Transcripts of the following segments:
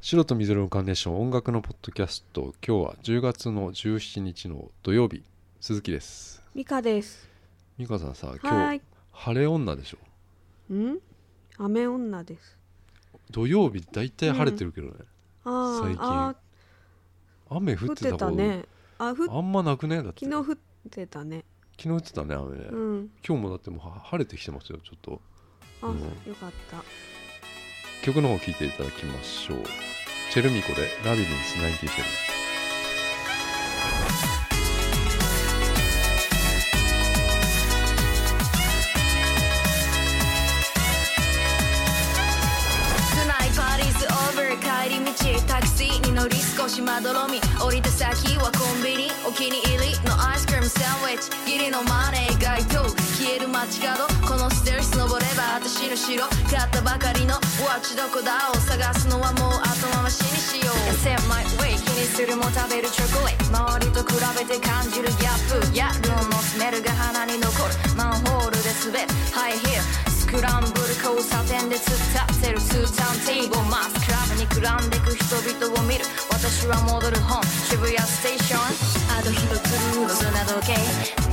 白と水色のカーネーション音楽のポッドキャスト今日は10月の17日の土曜日鈴木ですミカです。美香さんさは今ー日晴れ女でしょい。ん？雨女です。土曜日大体晴れてるけどね、あー最近あ雨降ー、降っっててたたこと、ね。あ、ふあんまなくねだって昨日降ってたね。昨日言ってたね雨ね、うん。今日もだってもうは晴れてきてますよちょっとあ、うんよかった。曲の方聴いていただきましょうチェルミコでラビリンス97ないパリスオーバー帰り道タクシーに乗り少しまどろみ降りた先はコンビニお気に入りのアイスクリームサンドイッチギリのマネー街灯消える街角このステルス登れば私の城買ったばかりのワッチどこだを探すのはもう後回しにしよう痩せマイウェイ気にするも食べるチョコレート周りと比べて感じるギャップやるのスメルが鼻に残るマンホールで滑るハイヒールスクランブル交差点で突っ立ってるツータンテーブルマスクラブにくらんでく人々を見る私は戻る本渋谷ステーションあの日のクルーの砂時計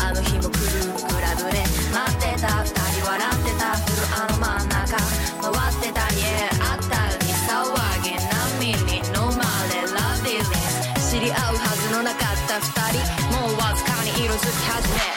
あの日もクルーのグラブで待ってた二人笑ってたフルあの真ん中回ってた家あったり騒げ波に飲まれラビリンス知り合うはずのなかった二人もうわずかに色づき始め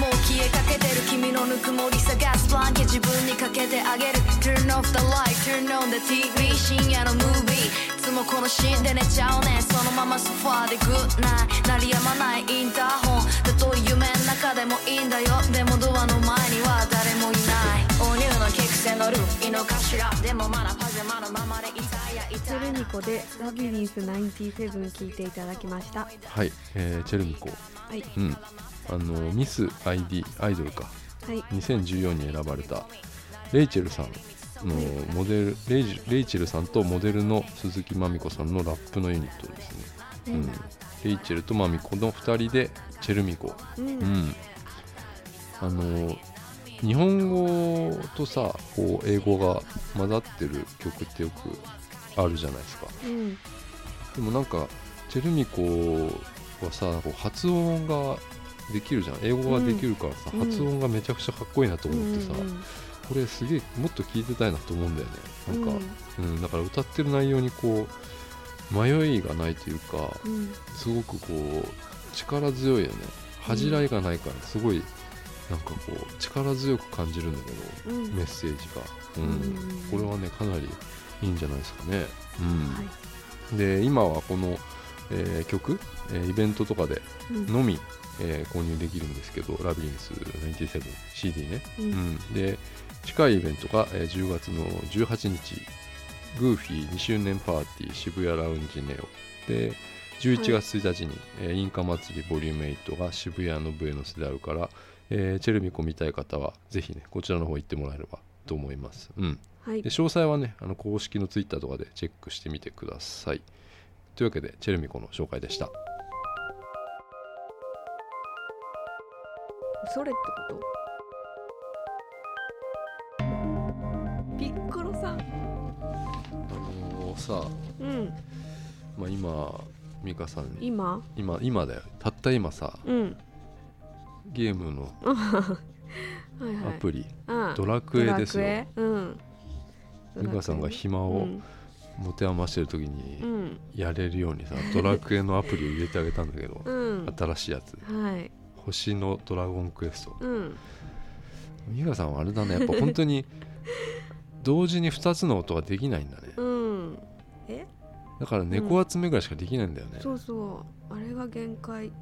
もう消えかけてる君のぬくもり探すブランケ自分にかけてあげる Turn off the light, turn on the TV 深夜のムービーいつもこのシーンで寝ちゃうねそのままソファーでグッナイ鳴りやまないインターホンたとえ夢の中でもいいんだよでもドアの前には誰もいないお乳のキクセのルーイの頭でもまだパジャマのままでいたいやいチたェいルなニコでラビリンス97聞いていただきました。はい、えーチェルミコはいうんあのミス ID アイドルかはい2014に選ばれたレイチェルさんのモデルレイジレイチェルさんとモデルの鈴木まみこさんのラップのユニットですね、ううんんレイチェルとまみこの2人でチェルミコ、うんううんん、あの日本語とさこう英語が混ざってる曲ってよくあるじゃないですかうんでもなんかチェルミコはさこう発音ができるじゃん英語ができるからさ、うん発音がめちゃくちゃかっこいいなとうん思ってさ、これすげえもっと聞いてたいなと思うんだよねなんか、うんだから歌ってる内容にこう迷いがないというかうんすごくこう力強いよね恥じらいがないからすごいなんかこう力強く感じるんだけどうんメッセージが、うんうんこれはねかなりいいんじゃないですかね、うんはいで今はこの、えー曲、えーイベントとかでうんのみ、えー購入できるんですけどラビリンス 97CD ね、ううんん、で近いイベントが、えー10月の18日グーフィー2周年パーティー渋谷ラウンジネオで11月1日に、えーインカ祭りボリューム8が渋谷のブエノスであるから、えーチェルミコ見たい方はぜひねこちらの方行ってもらえればと思います、うん、はいで詳細はねあの公式のツイッターとかでチェックしてみてくださいというわけでチェルミコの紹介でしたそれってこと？ピッコロさあん。のーさ、うんまあ、今美香さんに今今今だよたった今さうんゲームのはいアはい。プリ、あドラクエですようん。美香さんが暇ドラをクエね持て余してる時うにんやれるように さ、ドラクエのアプリを入れてあげたんだけど、うん、新しいやつうん、はい、 「星のドラゴンクエストうん、」美香さんはあれだ ねやっぱ本当に同時に2つの音ができないんだねうん、え、だから猫集めぐらいしかできないんだよね、そうそう、あれが限界。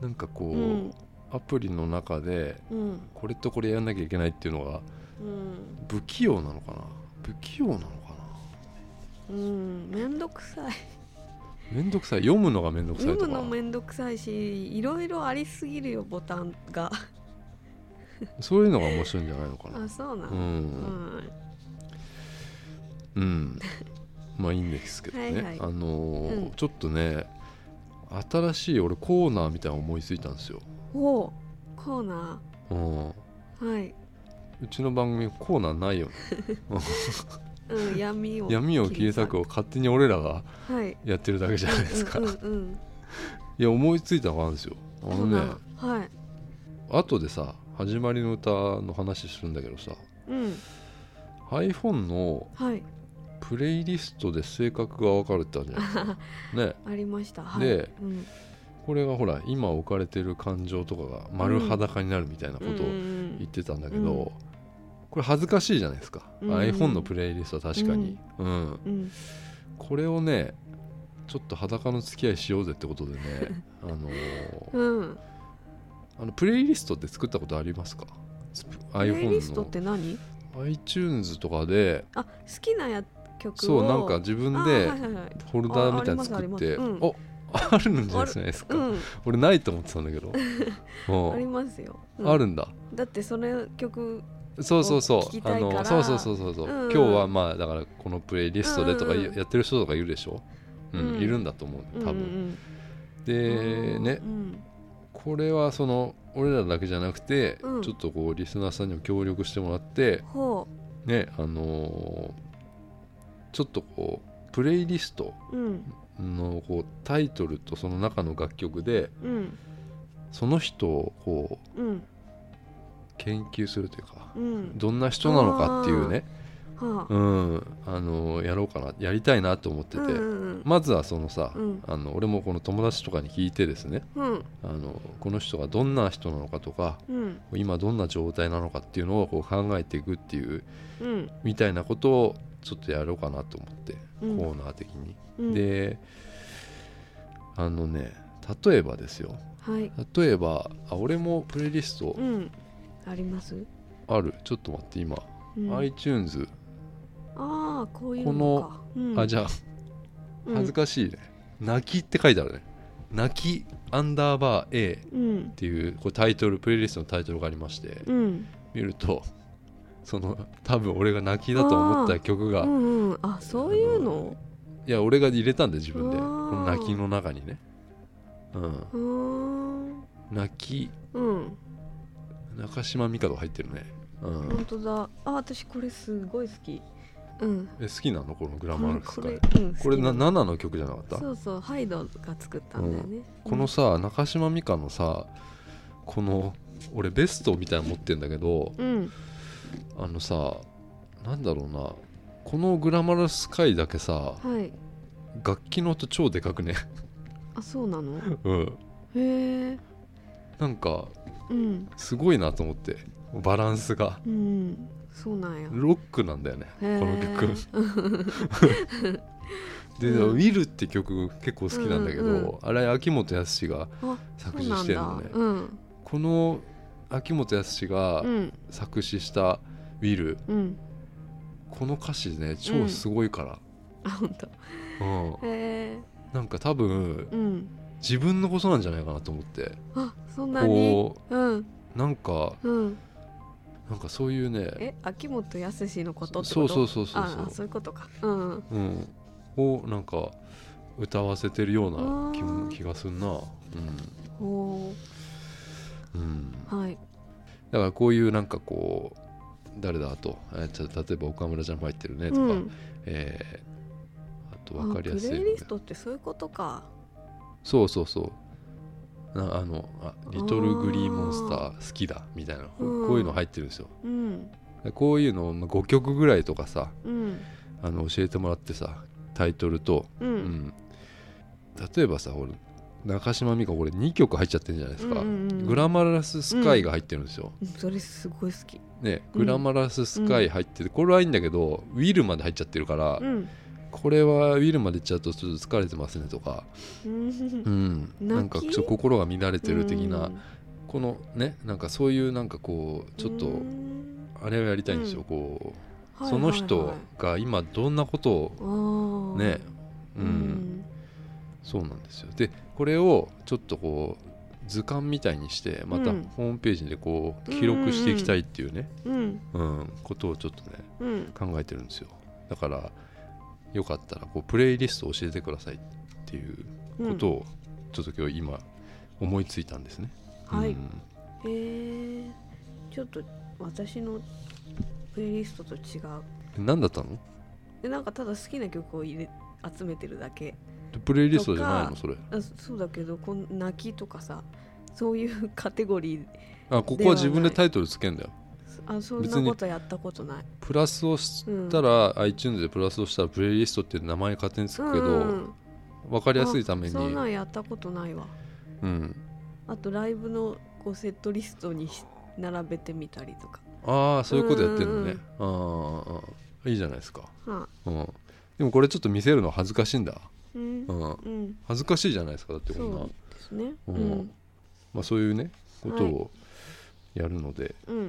なんかこう、うん、アプリの中でうん、これとこれやんなきゃいけないっていうのがうん、不器用なのかな不器用なのかうん、めんどくさい。なめんどくさい読むのがめんどくさい読とむかのめんどくさいしいろいろありすぎるよボタンがそういうのが面白いんじゃないのかなあそうなうの、うんんうんまあいいんですけどねはいはいあのーうんちょっとね新しい俺コーナーみたいなの思いついたんですよ、おおコーナうん、うーはい、ちの番組コーナーないよねうん、闇を闇を切り裂くを勝手に俺らがはいやってるだけじゃないですか、うんういんうんや思いついたのがあるんですよあうん、そのうねなのはい後でさ始まりの歌の話するんだけどさうん iPhone のはいプレイリストで性格が分かるってあるじゃないですか ねありましたはいでうんこれがほら今置かれてる感情とかが丸裸になるみたいなことをうんうんうん言ってたんだけど、うんこれ恥ずかしいじゃないですか、うん iPhone のプレイリストは確かに、うんうん、これをねちょっと裸の付き合いしようぜってことで ねあのーうん、あのプレイリストって作ったことありますかスププレイリス iPhone トって何の iTunes とかであ好きなや曲をそうなんか自分であはいはいはいフォルダーみたいなの作ってあおあありまするんじゃないですか、うん俺ないと思ってたんだけ どうんありますよ、うんあるんだだってその曲そうそうそう聞きあたいからのそうそうそうそうそう、うんうん今日はまあだからこのプレイリストでとかうんうんややってる人とかいるでしょ、うんうんいるんだと思う多分、うんうんでうん、ねうんこれはその俺らだけじゃなくて、うんちょっとこうリスナーさんにも協力してもらってほねあのーちょっとこうプレイリストううんのこうタイトルとその中の楽曲でうんその人をこううん研究するというかうんどんな人なのかっていうねはあうん、あのやろうかなやりたいなと思ってて、うんうんまずはそのさ、うんあの俺もこの友達とかに聞いてですねうんあのこの人がどんな人なのかとかうん今どんな状態なのかっていうのをこう考えていくっていううんみたいなことをちょっとやろうかなと思って、うんコーナー的に。うんであのね例えばですよはい例えばあ俺もプレイリストうんあります、ある、ちょっと待って今、うん、あ iTunes、あーこういうのかうん、あじゃあうん恥ずかしいね、泣きって書いてあるね泣きアンダーバー A っうんていうこうタイトルプレイリストのタイトルがありましてうん見るとその多分俺が泣きだと思った曲が、ういんうんあそういうのや俺が入れたんで自分であこーの泣きの中にね、うん、うーん泣きうん中島美嘉が入ってるね、うん本当だあ私これすごい好きうんえ好きなのこのグラマラスこカイれうんこれな好きなの7の曲じゃなかったそうそうハイドが作ったんだよねこのさ中島美嘉のさこの俺ベストみたいなの持ってんだけどうんあのさなんだろうなこのグラマラスカイだけさはい楽器の音超でかくね あそうなのうんへえなんかうんすごいなと思ってバランスがうんそうなんやロックなんだよねこへのー曲で「うんウィル」って曲結構好きなんだけど、うんうんあれ秋元康があ作そう詞なしんてだるのねうんこの秋元康がうん作詞した「ウィル」うんこの歌詞ね超すごいから、あ本当うんへえなんか多分うん自分のことなんじゃないかなと思ってあそんなにこうんうなんかうんなんかそういうねえ秋元康のことってそこうとそううそうそうああそそういうことかうんう、うん、をなんか歌わせてるような気あもー気がするな、おうんうん、だーはいからこういうなんかこう誰だあとえーちょ例えば岡村ちゃんも入ってるねとか、うんえーあとあ分かりやすいプレのイでリストってそういうことかそうそうそうなあのあ「リトルグリーモンスター好きだ」みたいなこうこういうの入ってるんですようんこういうのをまあ5曲ぐらいとかさうんあの教えてもらってさタイトルと、ううんん例えばさ俺中島美嘉これ2曲入っちゃってるじゃないですか、うんうんうんグラマラススカイが入ってるんですよ、うんそれすごい好きねうんグラマラススカイ入ってて、これはいいんだけどウィルまで入っちゃってるから、うんこれはウィルまでいっちゃうとちょっと疲れてますねとか、うんうん、泣きなんかちょっと心が乱れてる的な、このねなんかそういうなんかこうちょっうとんあれをやりたいんですよ、うんこう、はいそのはい人はいが今どんなことをあーね、ううんんそうなんですよでこれをちょっとこう図鑑みたいにしてまたうんホームページでこう記録していきたいっていうね、うんうんことをちょっとねうん考えてるんですよだからよかったらこうプレイリストを教えてくださいっていううんことをちょっと今日今思いついたんですね、はいうんえー、ちょっと私のプレイリストと違うえ何だったのでなんかただ好きな曲を入れ集めてるだけプレイリストじゃないのそれあそうだけどこん泣きとかさそういうカテゴリーあここは自分でタイトルつけんだよあそん別なにことやったことないプラスをしたら、iTunes でプラスをしたらプレイリストって名前勝手につくけど、わうん分かりやすいためにあそんなんやったことないわうん、あとライブのこうセットリストにし並べてみたりとか、ああそういうことやってるのねうんあーあーいいじゃないですか、はあ、うん、でもこれちょっと見せるの恥ずかしいんだ、うんう、ん、うん、恥ずかしいじゃないですかだってこんなそうですねううんんまあ、そういうねことはをやるので、うん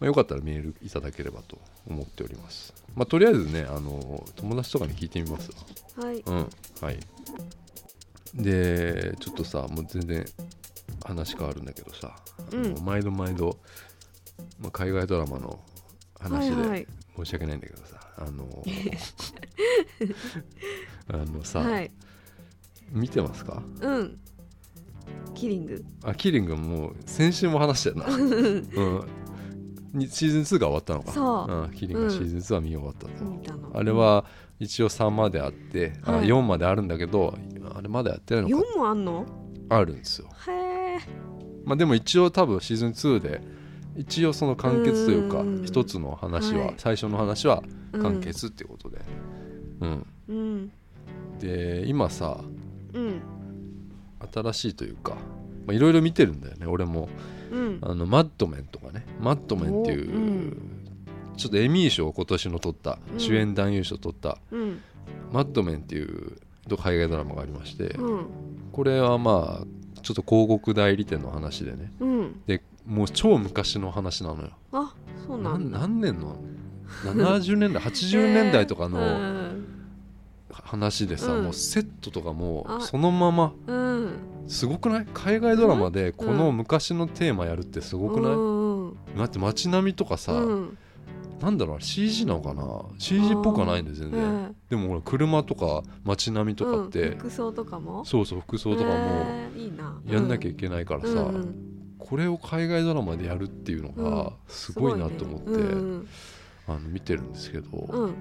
まあ、よかったらメールいただければと思っております、まあ、とりあえずねあの友達とかに聞いてみますわはいうんはいでちょっとさもう全然話変わるんだけどさ、あのうん毎度毎度、まあ、海外ドラマのはい話はでい申し訳ないんだけどさ、あ のあのさ、はい見てますかうんキリングあキリングもう先週も話したよな、 うん、にシーズン2が終わったのかそう、ん、キリングシーズン2は見終わったと、見たのあれは一応3まであって、はあい4まであるんだけどあれまだやってないのか4もあんのあるんですよ、へえまあ、でも一応多分シーズン2で一応その完結というかうん一つの話は、はい最初の話は完結ってことで、うんうんで今さうん新しいというかまあいろいろ見てるんだよね俺もうんあのマッドメンとかねマッドメンっていう、おうんちょっとエミー賞を今年の取った、うん主演男優賞を取ったうんマッドメンっていう海外ドラマがありまして、うんこれはまあちょっと広告代理店の話でねうんでもう超昔の話なのよあそうなんなだ何年の70年代80年代とかえのー話でさ、うんもうセットとかもうあそのままうんうんすごくない海外ドラマでこの昔のテーマやるってすごくない、うんだって街並みとかさ、うんなんだろうあれ CG なのかな CG っぽくはないんだよ全然、うんでもほら車とか街並みとかって、うん服装とかもそうそう服装とかもえーいいなやんなきゃいいけないからけさ、これを海外ドラマでやるっていうのうがんすごいなと思って、うんあの見てるんですけど、うん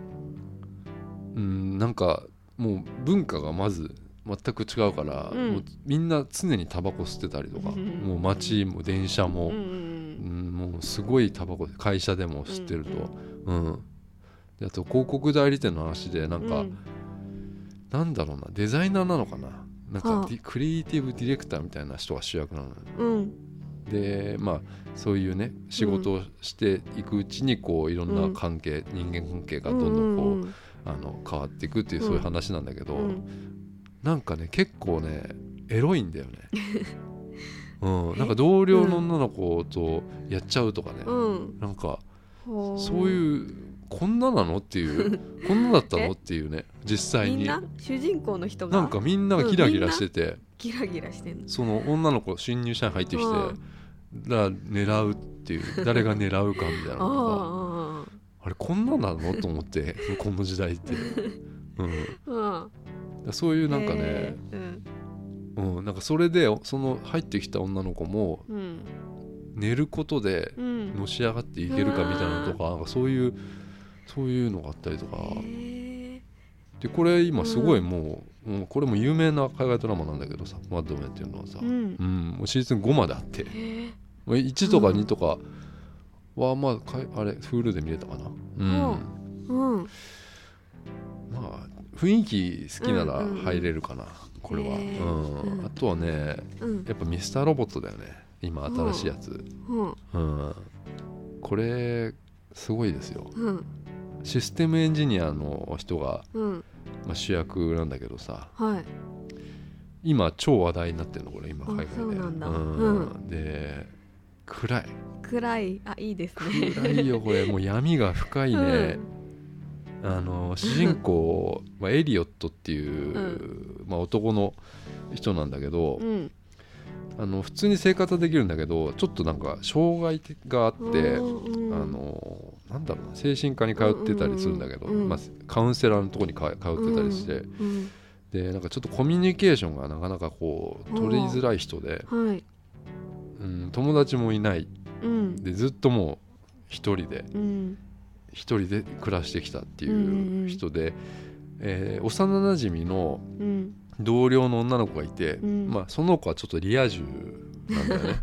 うんなんかもう文化がまず全く違うから、うんもうみんな常にタバコ吸ってたりとか、うんもう街も電車も、うんううんんもうすごいタバコで会社でも吸ってると、うんであと広告代理店の話でなんか、うんなんだろうなデザイナーなのかななんかはあディクリエイティブディレクターみたいな人が主役なのようんでまあそういうね仕事をしていくうちにこういろんな関係、人間関係がどんどんこう、うんあの変わっていくっていうそういう話なんだけど、うんなんかね結構ねエロいんだよ ね。うん、なんか同僚の女の子とやっちゃうとかね、うんなんかほそうういうこんななのっていうこんなだったのっていうね実際みんにな主人公の人がなんかみんながギラギラしてて、ギラギラしてんのその女の子新入社員入ってきて、うら狙うって いう誰が狙うかみたいなのがああれこんななのと思っ てこの時代って、うん、だかああらそういうあなんかねへ、ーうんうん、なんかそれでその入ってきた女の子もうん寝ることでうんのし上がっていけるかみたいなのとか,、なんかそういうそういうのがあったりとかへでこれ今すごいもう、もうこれも有名な海外ドラマなんだけどさ「マッドメン」っていうのはさ、ーうんうんもうシーズン5まであって。へーまあ1とか2とかはまあかいあれ Hulu で見れたかなうん、うんまあ雰囲気好きならうんうんうん入れるかな、これは、へえうんうんあとはねうんやっぱミスターロボットだよね今新しいやつううんん、これすごいですようんシステムエンジニアの人が、うんまあ、主役なんだけどさはい今超話題になってるのこれ今海外であそうなんだうんで暗い暗いあいいですね 暗いよこれもう闇が深いね、うんあの主人公、まあ、エリオットっていう、まあ、男の人なんだけど、うんあの普通に生活はできるんだけどちょっとなんか障害があって、うんあのなんだろうな精神科に通ってたりするんだけど、うんうんうんまあ、カウンセラーのとこにか通ってたりして、うんでなんかちょっとコミュニケーションがなかなかこう取りづらい人で、はいうん、友達もいないうんでずっともう一人でうん一人で暮らしてきたってんうんういうん人で、えー幼なじみのうん同僚の女の子がいて、んまあ、その子はちょっとリア充なんだよ ね。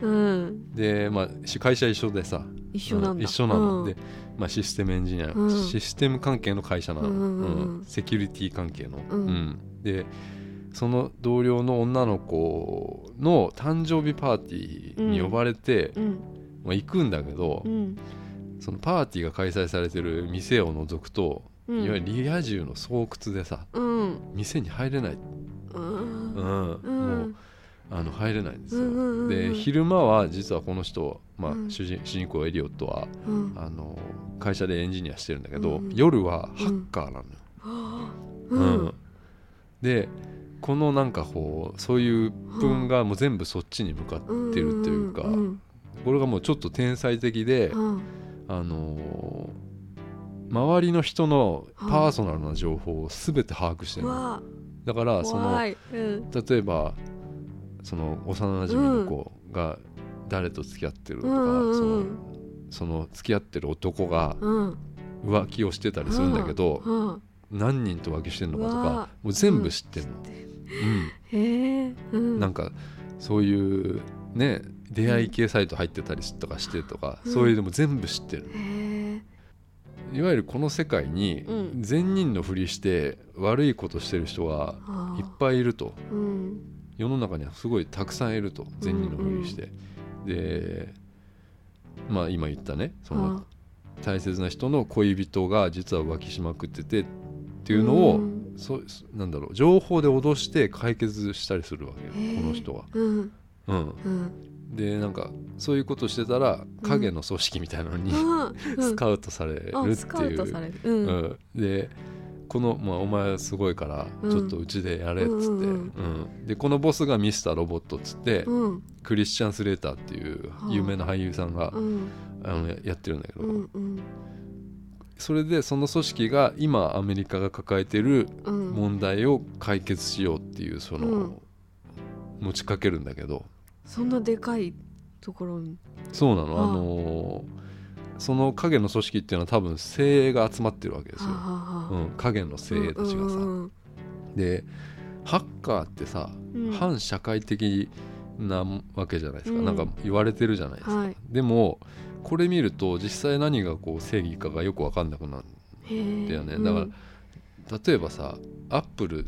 うんうんで、まあ、し会社一緒でさ一緒なんだ一緒なの、うんで、まあ、システムエンジニア、うんシステム関係の会社なの、うんうんうんうんセキュリティ関係の、うんうんでその同僚の女の子の誕生日パーティーに呼ばれて、うんまあ、行くんだけど、うんそのパーティーが開催されてる店を除くと、うんいわゆるリア充の巣窟でさうん店に入れない、うんううんんもうあの入れないんですよ。うんうんうんうんで昼間は実はこの人、まあうん主人主人公エリオットはうんあの会社でエンジニアしてるんだけど、うん夜はハッカーなのよ。ううんんでこのなんかこうそういう分がもう全部そっちに向かってるというか、うんこれがもうちょっと天才的で、うんあのー周りの人のパーソナルな情報を全て把握してうるの、わだからその怖いうん例えばその幼馴染の子が誰と付き合ってるとうか、んそうのんその付き合ってる男がうん浮気をしてたりするんだけど、うん何人と浮気してるのかとうかわもう全部知ってるの、へえううんんなんかそういうね出会い系サイト入ってたりとかしてとか、うんそういうのも全部知ってるへえいわゆるこの世界にうん善人のふりして悪いことしてる人があいっぱいいるというん世の中にはすごいたくさんいると善人のふりして、でまあ今言ったねそのあ大切な人の恋人が実は浮気しまくっててっていうのを、うんそうなんだろう情報で脅して解決したりするわけよへえこの人は。うんうん、うんでなんかそういうことしてたら影の組織みたいなのに、あう んスカウトされるってあスカいウうトされるうんうん、でこの、まあ「お前すごいからうんちょっとうちでやれ」っつって、うんうんうんでこのボスがミスターロボットっつって、うんクリスチャン・スレーターっていうあ有名な俳優さんが、うんあのやってるんだけど、うんうんそれでその組織が今アメリカが抱えてるうん問題を解決しようっていうその、うん持ちかけるんだけどそんなでかいところにそうなの、ああのーその影の組織っていうのは多分精鋭が集まってるわけですよ、うはん、影の精鋭たちがさ。うんでハッカーってさ、うん反社会的なわけじゃないですか、うんなんか言われてるじゃないですか、はいでもこれ見ると実際何がこう正義かがよく分かんなくなるへえだよねうんだ例えばさアップル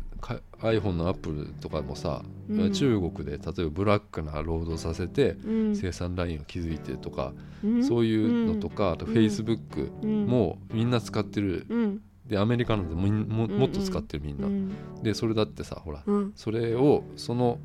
iPhone のアップルとかもさ、うん中国で例えばブラックな労働させてうん生産ラインを築いてとか、うんそういうのとか、あとうフんェイスブックうんもみんな使ってる、うんでアメリカなんてもんももっと使ってるみんうな、んでそれだってさほらうんそれをその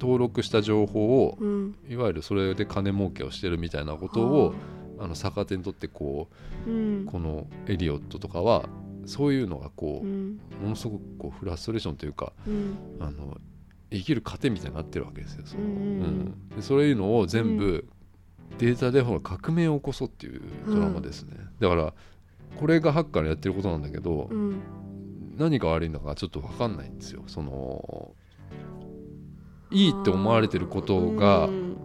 登録した情報をうんいわゆるそれで金儲けをしてるみたいなことをあの逆手にとってこうんうこのエリオットとかはそういうのがこううんものすごくこうフラストレーションというかうんあの生きる糧みたいになってるわけですよ。そのううんうんうんんでそういうのを全部データでほら革命を起こそうっていうドラマですね。だからこれがハッカーのやってることなんだけどうん何が悪いのかちょっと分かんないんですよそのいいって思われてることがうん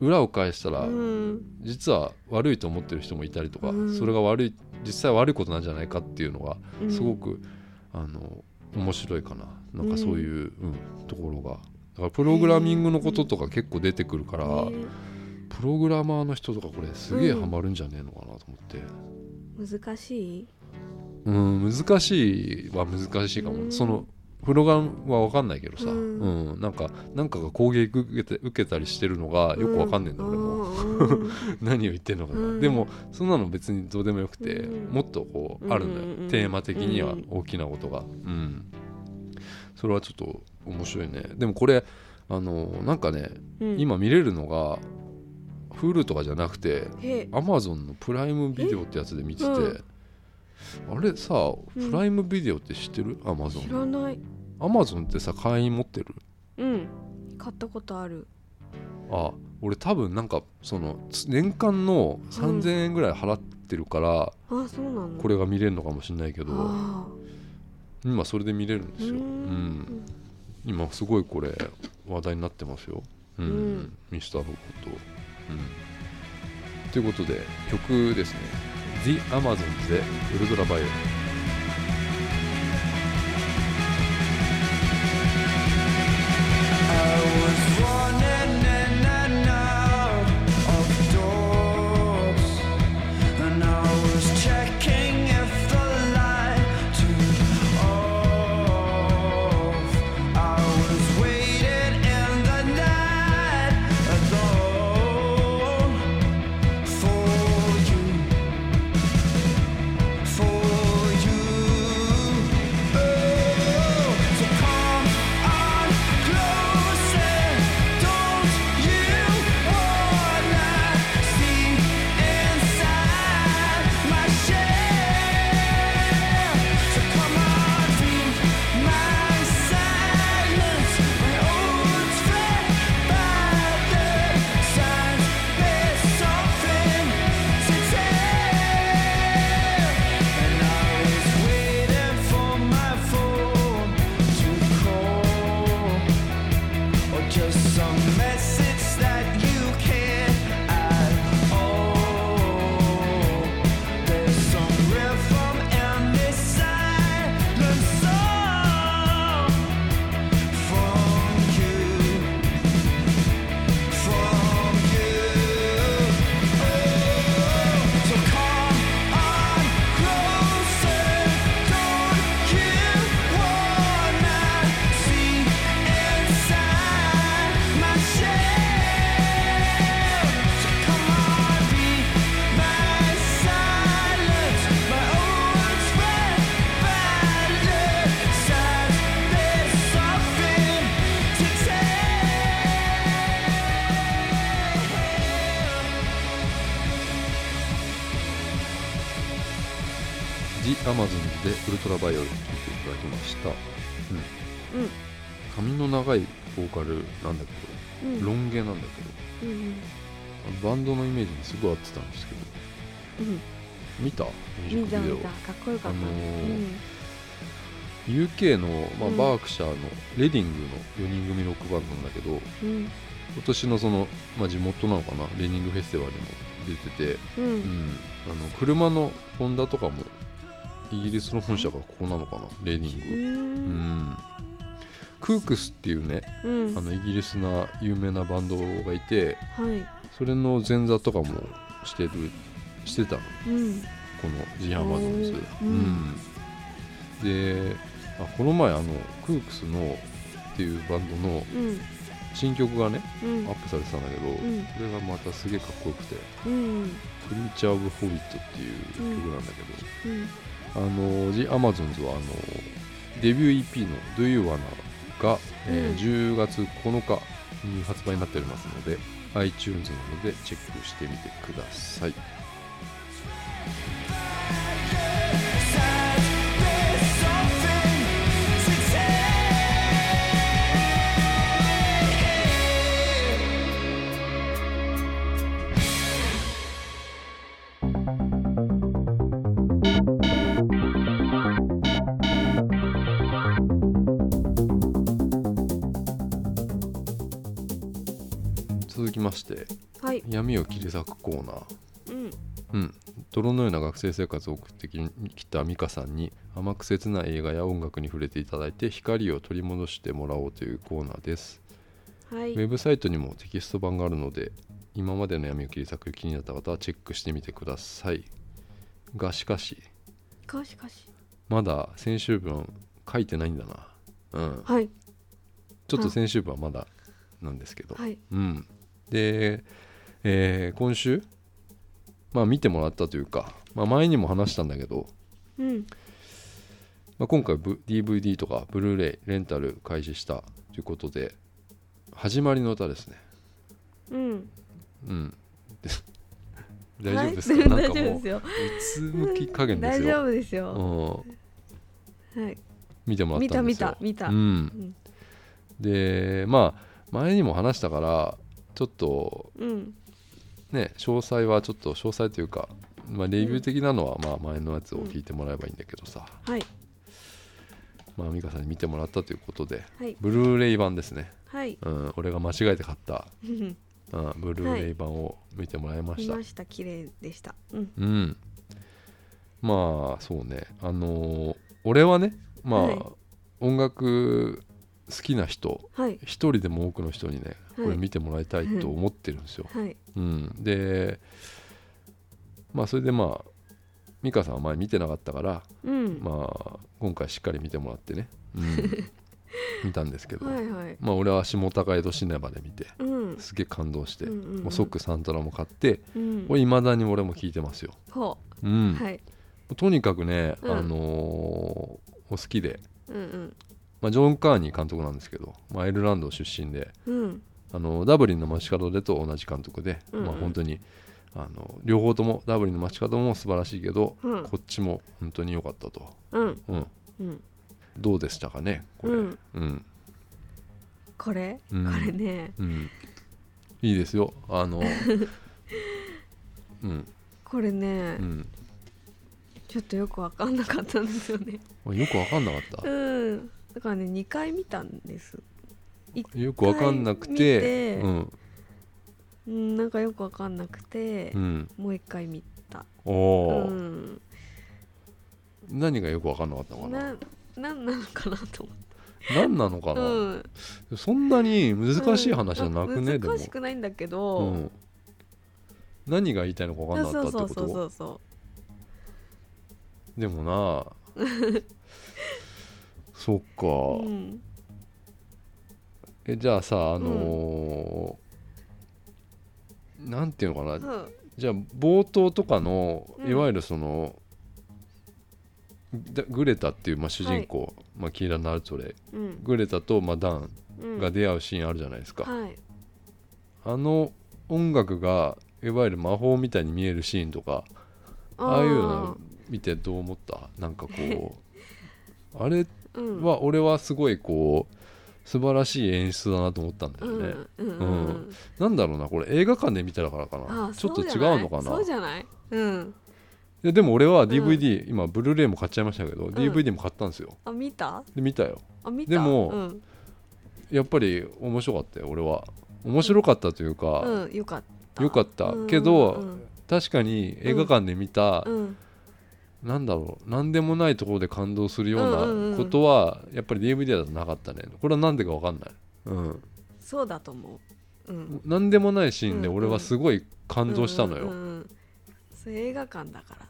裏を返したらうん実は悪いと思ってる人もいたりとかうんそれが悪い実際悪いことなんじゃないかっていうのがうんすごくあの面白いかななんかそういう、うん、ところが。だからプログラミングのこととか結構出てくるからねプログラマーの人とかこれすげえハマるんじゃねえのかなと思って難しいうん難しいは難しいかも、うんそのプログラムは分かんないけどさ、ううんんなんかなんかが攻撃受けて受けたりしてるのがよく分かんねえんだ、俺も 何を言ってんのかな、うんでもそんなの別にどうでもよくて、うんもっとこうあるんだよ、うんうんうんテーマ的には大きなことが、うんそれはちょっと面白いねでもこれあのなんかね、うん今見れるのが Hulu とかじゃなくてへえ Amazon のプライムビデオってやつで見てて、うんあれさんプライムビデオって知ってる知 ?Amazon らない。 Amazon ってさ会員持ってるうん。買ったことある。あ俺多分なんかそのつ年間の3000円ぐらい払ってるから、あ、そうなの。これれが見れるのかもしれないけど、ああ。今それで見れるんですよ、ううーんん今すごいこれ話題になってますよ、うんうんミスターロボット、うん、ということで曲ですね「The Amazons」で「ウルトラバイオレット For you, oh, so come on closer, don't you wanna see inside my shell? So come on, dream my silence, my old friend by signs. There's something to tell. And I was waiting for my phone to call, or just some message that you can't at all. There's some rhythm in this silent song from you, from you. So come on closer, don't you wanna see inside my shell? So come on, be my silence, my old friend, brighter side. There's something to tell.」 「The Amazons」で「ウルトラバイオレット」聴いていただきました、うんうん髪の長いボーカルなんだけうん。うどんロン毛なんだけどうんあのバンドのイメージにすごい合ってたんですけどうん。見たミュー見ジッたクビデ見オた。かっこよかった。あのーうん UK の、まあうん、バークシャーのレディングの4人組ロックバンドなんだけど、うん今年のその、まあ、地元なのかなレディングフェスティバルにも出てて、ううんん、あの車のホンダとかもイギリスの本社がここなのかなレディうング、うんん、クークスっていうねうんあのイギリスな有名なバンドがいてはいそれの前座とかもしてるしてたのうんこの「ジアマゾンズ」うんうん、であこの前あのクークスのっていうバンドのうん新曲がねうんアップされてたんだけど、んこれがまたすげえかっこよくて「うんクリーチャー・オブ・ホビット」っていう曲なんだけど、うんあのジ・アマゾンズはあのデビュー EP の「Do You Wanna」が、えー10うん月9日に発売になっておりますので iTunes などでチェックしてみてください続きましてはい闇を切り裂くコーナーうんうん、泥のような学生生活を送ってきた美香さんに甘く切ない映画や音楽に触れていただいて光を取り戻してもらおうというコーナーです、はいウェブサイトにもテキスト版があるので今までの闇を切り裂く気になった方はチェックしてみてくださいがしかしかしかしまだ先週分書いてないんだなうんはいちょっと先週分はまだなんですけど、はいうん、で、えー今週、まあ、見てもらったというか、まあ、前にも話したんだけど、うんまあ、今回ブ DVD とかブルーレイレンタル開始したということで「始まりの歌」ですね、うんうん、大丈夫ですか、はいなん大か丈も夫でうすようつむき加減です大丈よ、夫ですうよ、ん、はい見てもら見ったたんで見すよた見た、う、うんんでまあ前にも話したからちょっとうんね詳細はちょっと詳細というか、まあ、レビュー的なのはまあ前のやつを聞いてもらえばいいんだけどさ、はいまあ、美香さんに見てもらったということではいブルーレイ版ですね、はいうん、俺が間違えて買 った、うんうん、ブルーレイ版を見てもらいまし見た、ました綺麗でしたうんうんまあそうねあのー俺はねまあ、はい音楽好きな人はい一人でも多くの人にねこはれい見てもらいたいと思ってるんですよ、はいうん、でまあそれでまあ美香さんは前見てなかったから、うん、まあ今回しっかり見てもらってね、うん 見たんですけど、はいはいまあ俺は下高江戸シネマで見てうんすげえ感動して、うんうんうんもう即サントラも買ってうんこれいまだに俺も聴いてますよ、ほうんうはいとにかくね、うんあのーお好きで、うんまあ、ジョン・カーニー監督なんですけど、まあ、アイルランド出身でうんうんあのダブリンの街角でと同じ監督で、うんうんまあ、本当にあの両方ともダブリンの街角も素晴らしいけど、うんこっちも本当に良かったと、うんうん、うんどうでしたかねこれ、うんうんこれ、うんこれねうんいいですよあの うんこれね、うんちょっとよく分かんなかったんですよ ねあよく分かんなかっうんだからね2回見たんですたよく分かんなくて一回見てうんうんなんかよく分かんなくてう、んもう1回見たおうお、ん何がよく分かんなかったのかなななんなのかなと思っ何なのかた、な、うん、そんなに難しい話じゃなくね、うんでも難しくないんだけど、うん、何が言いたいのか分かんなかそったうってそことうそうそうそでもな そっう、か、うん、えじゃあさあのーなんていうのかなそうじゃあ冒頭とかの、うんいわゆるそのだグレタっていう、まあ、主人公、まあ、キーラ・ナルトレうんグレタと、まあ、ダンうんが出会うシーンあるじゃないですか、はいあの音楽がいわゆる魔法みたいに見えるシーンとかああいうの見てどう思ったなんかこ うあれあーうんは俺はすごいこう素晴らしい演出だなと思ったんだうよね、んうんうんううんんなんだろうなこれ映画館で見たらからかあなーちょっと違うのかなそうじいゃないそうじゃないうんやでも俺は DVD、今ブルーレイも買っちゃいましたけど、ん DVD も買ったんですよあ見たで見たよあ見たでもうん、やっぱり面白かったよ俺は面白かったというか、うん、よかったよかったけど確かに映画館で見た、うんうんなんだろう何でもないところで感動するようんううんうなんことはやっぱり DVD だとなかったねこれは何でか分かんない、うん、そうだと思う、うん、何でもないシーンでうんうん俺はすごい感動したのよ、うんうんうんそれ映画館だから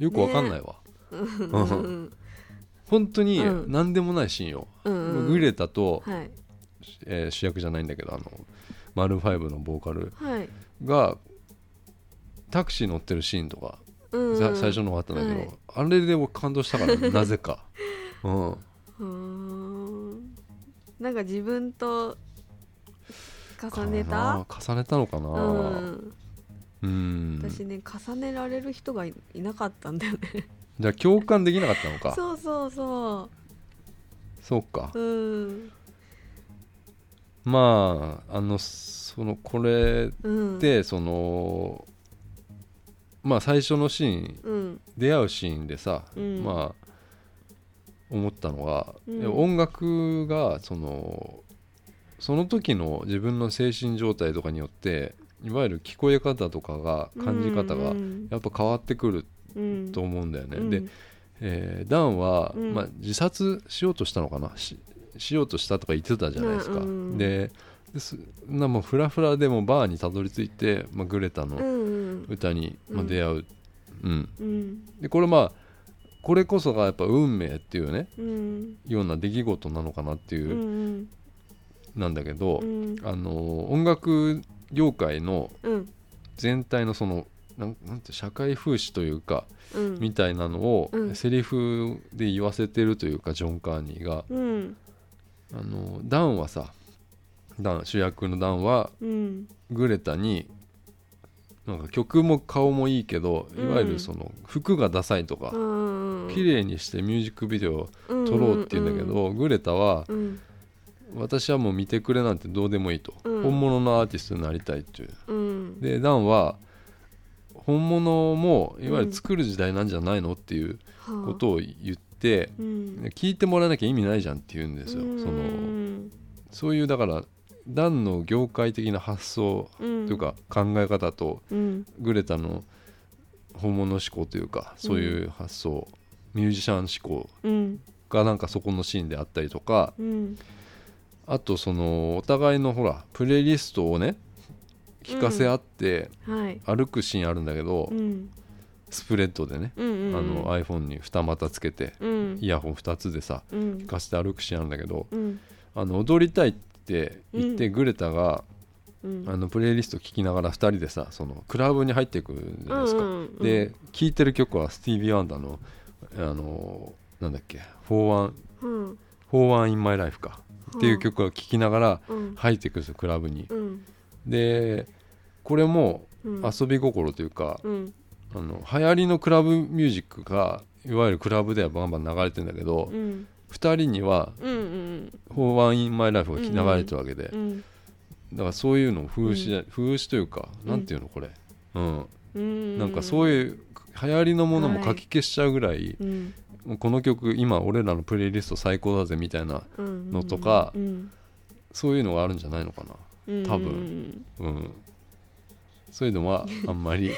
よく分かんないわ、うんうん本当にうん何でもないシーンよ、うんうんグレタと、はいえー主役じゃないんだけどあのマルーン5のボーカルはい、がタクシー乗ってるシーンとか、うんうんさ最初の方あったんだけど、はいあれで僕感動したからなぜか、うん、うーんなんか自分と重ねかなた重ねたのかな、うんうん私ね重ねられる人がいいなかったんだよねじゃあ共感できなかったのかそうそうそそうかううんまああのそのこれうんでそのまあ最初のシーンうん出会うシーンでさ、うんまあ思ったのが、うんでも音楽がそのその時の自分の精神状態とかによっていわゆる聞こえ方とかが感じ方がうんやっぱ変わってくるうんと思うんだよね、うんでえーダンは、うんまあ、自殺しようとしたのかなししようとしたとか言ってたじゃないですか、うんうんでですなもうフラフラでもバーにたどり着いて、まあ、グレタうのん歌に、まあ、うん出会う、うんうんでこれまあこれこそがやっぱ運命っていうねうんような出来事なのかなっていうう、んなんだけど、うんあのー音楽業界のうん全体のそのなんなんて社会風刺というかうんみたいなのを、うんセリフで言わせてるというかジョン・カーニーが、うんあのダンはさダン主役のダンはうんグレタになんか曲も顔もいいけどいうんわゆるその服がダサいとか、うん綺麗にしてミュージックビデオうん撮ろうって言うんだけど、グレタはうん私はもう見てくれなんてどうでもいいと、うん本物のアーティストになりたいっていううんでダンは本物もいわゆうるん作る時代なんじゃないのっていうはあことを言って、うん聞いてもらわなきゃ意味ないじゃんって言うんですよ、うんそのうんそういうだからダンの業界的な発想とというか考え方とうんグレタの本物思考というかそういう発想、ミュージシャン思考うんがなんかそこのシーンであったりとかうんあとそのお互いのほらプレイリストをね聞かせ合ってはい歩くシーンあるんだけど、うんスプレッドでね、うんうんあの iPhone に二股つけてうんイヤホン2つでさうん聞かせて歩くシーンあるんだけどうんあの踊りたいって言って、うグレタがうんあのプレイリスト聴きながら2人でさそのクラブに入っていくじゃないですか。うんうんうんで聴いてる曲はスティービー・ワンダーのあのなんだっけ「41うん41 in my life」かっていう曲を聴きながらうん入っていくんですよクラブに。うんでこれもうん遊び心というか、うんあの流行りのクラブミュージックがいわゆるクラブではバンバン流れてんだけど、うん2人にはうんうん「41 in my life」が流れてるわけで、うんだからそういうのを風刺じゃ、風刺というかなんていうのこれ、うんうんなんかそういう流行りのものもかき消しちゃうぐらい、うんもうこの曲今俺らのプレイリスト最高だぜみたいなうんのとかうんそういうのがあるんじゃないのかうん多分うんな、うん、そういうの はあんまり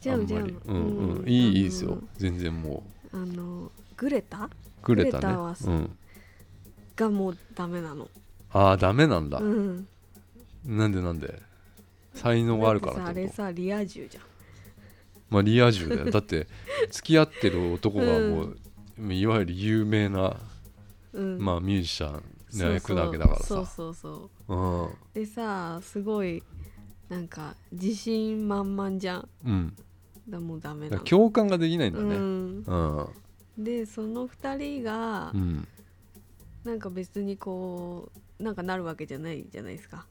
ジあャんムジまャりム、うんうん、いいいいですあよの全然もあのグレタうグレたグレねタはさうん、がもうダメなのああダメなんだ、うんなんでなんで才能があるからだっっててさあれことさリア充じゃんまあリア充だ よだって付き合ってる男がもう、いわゆる有名なうんまあミュージシャンそうのそう役なわけだからさそうそうそううんでさすごいなんか自信満々じゃんうんだもうダメだかならの共感ができないんだうねん、うんでその2人がうんなんか別にこうなんかなるわけじゃないじゃないですか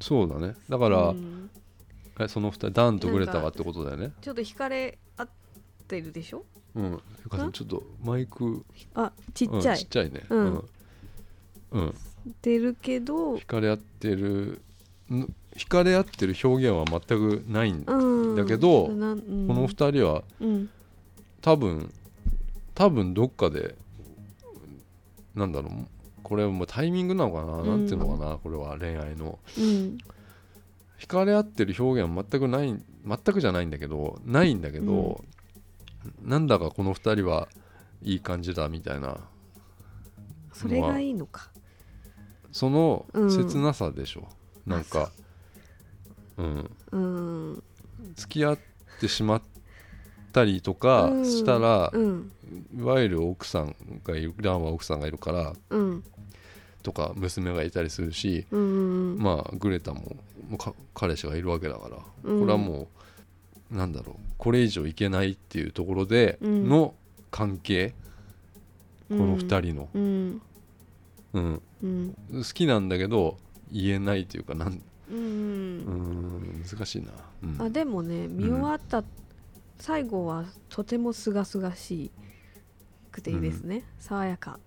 そうだねだから、うんえその二人ダンとグレタがってことだよねちょっと惹かれ合ってるでしょうんゆかさんんちょっとマイクあちうんっちゃい、ちっちゃいねうんうん、うんてるけど惹かれ合ってるん惹かれ合ってる表現は全くないんだ、うんだけどなうんこの二人はうん多分多分どっかでなんだろうこれもうタイミングなのかな、うんなんていうのかなこれは恋愛のうん惹かれ合ってる表現は全くない全くじゃないんだけどないんだけど、なんだかこの2人はいい感じだみたいなそれがいいのかそのうん切なさでしょ、なんか、うん、うん付き合ってしまったりとかうんしたらう、んいわゆる奥さんがいるランは奥さんがいるからうんとか娘がいたりするし、うんまあグレタももうか彼氏がいるわけだから、うんこれはもうなんだろうこれ以上いけないっていうところでうんの関係、うんこの2人の、うんうんうん好きなんだけど言えないというかなんううーんん難しいな、うんあでもね見終わった最後はとてもすがすがしくていいですね爽やか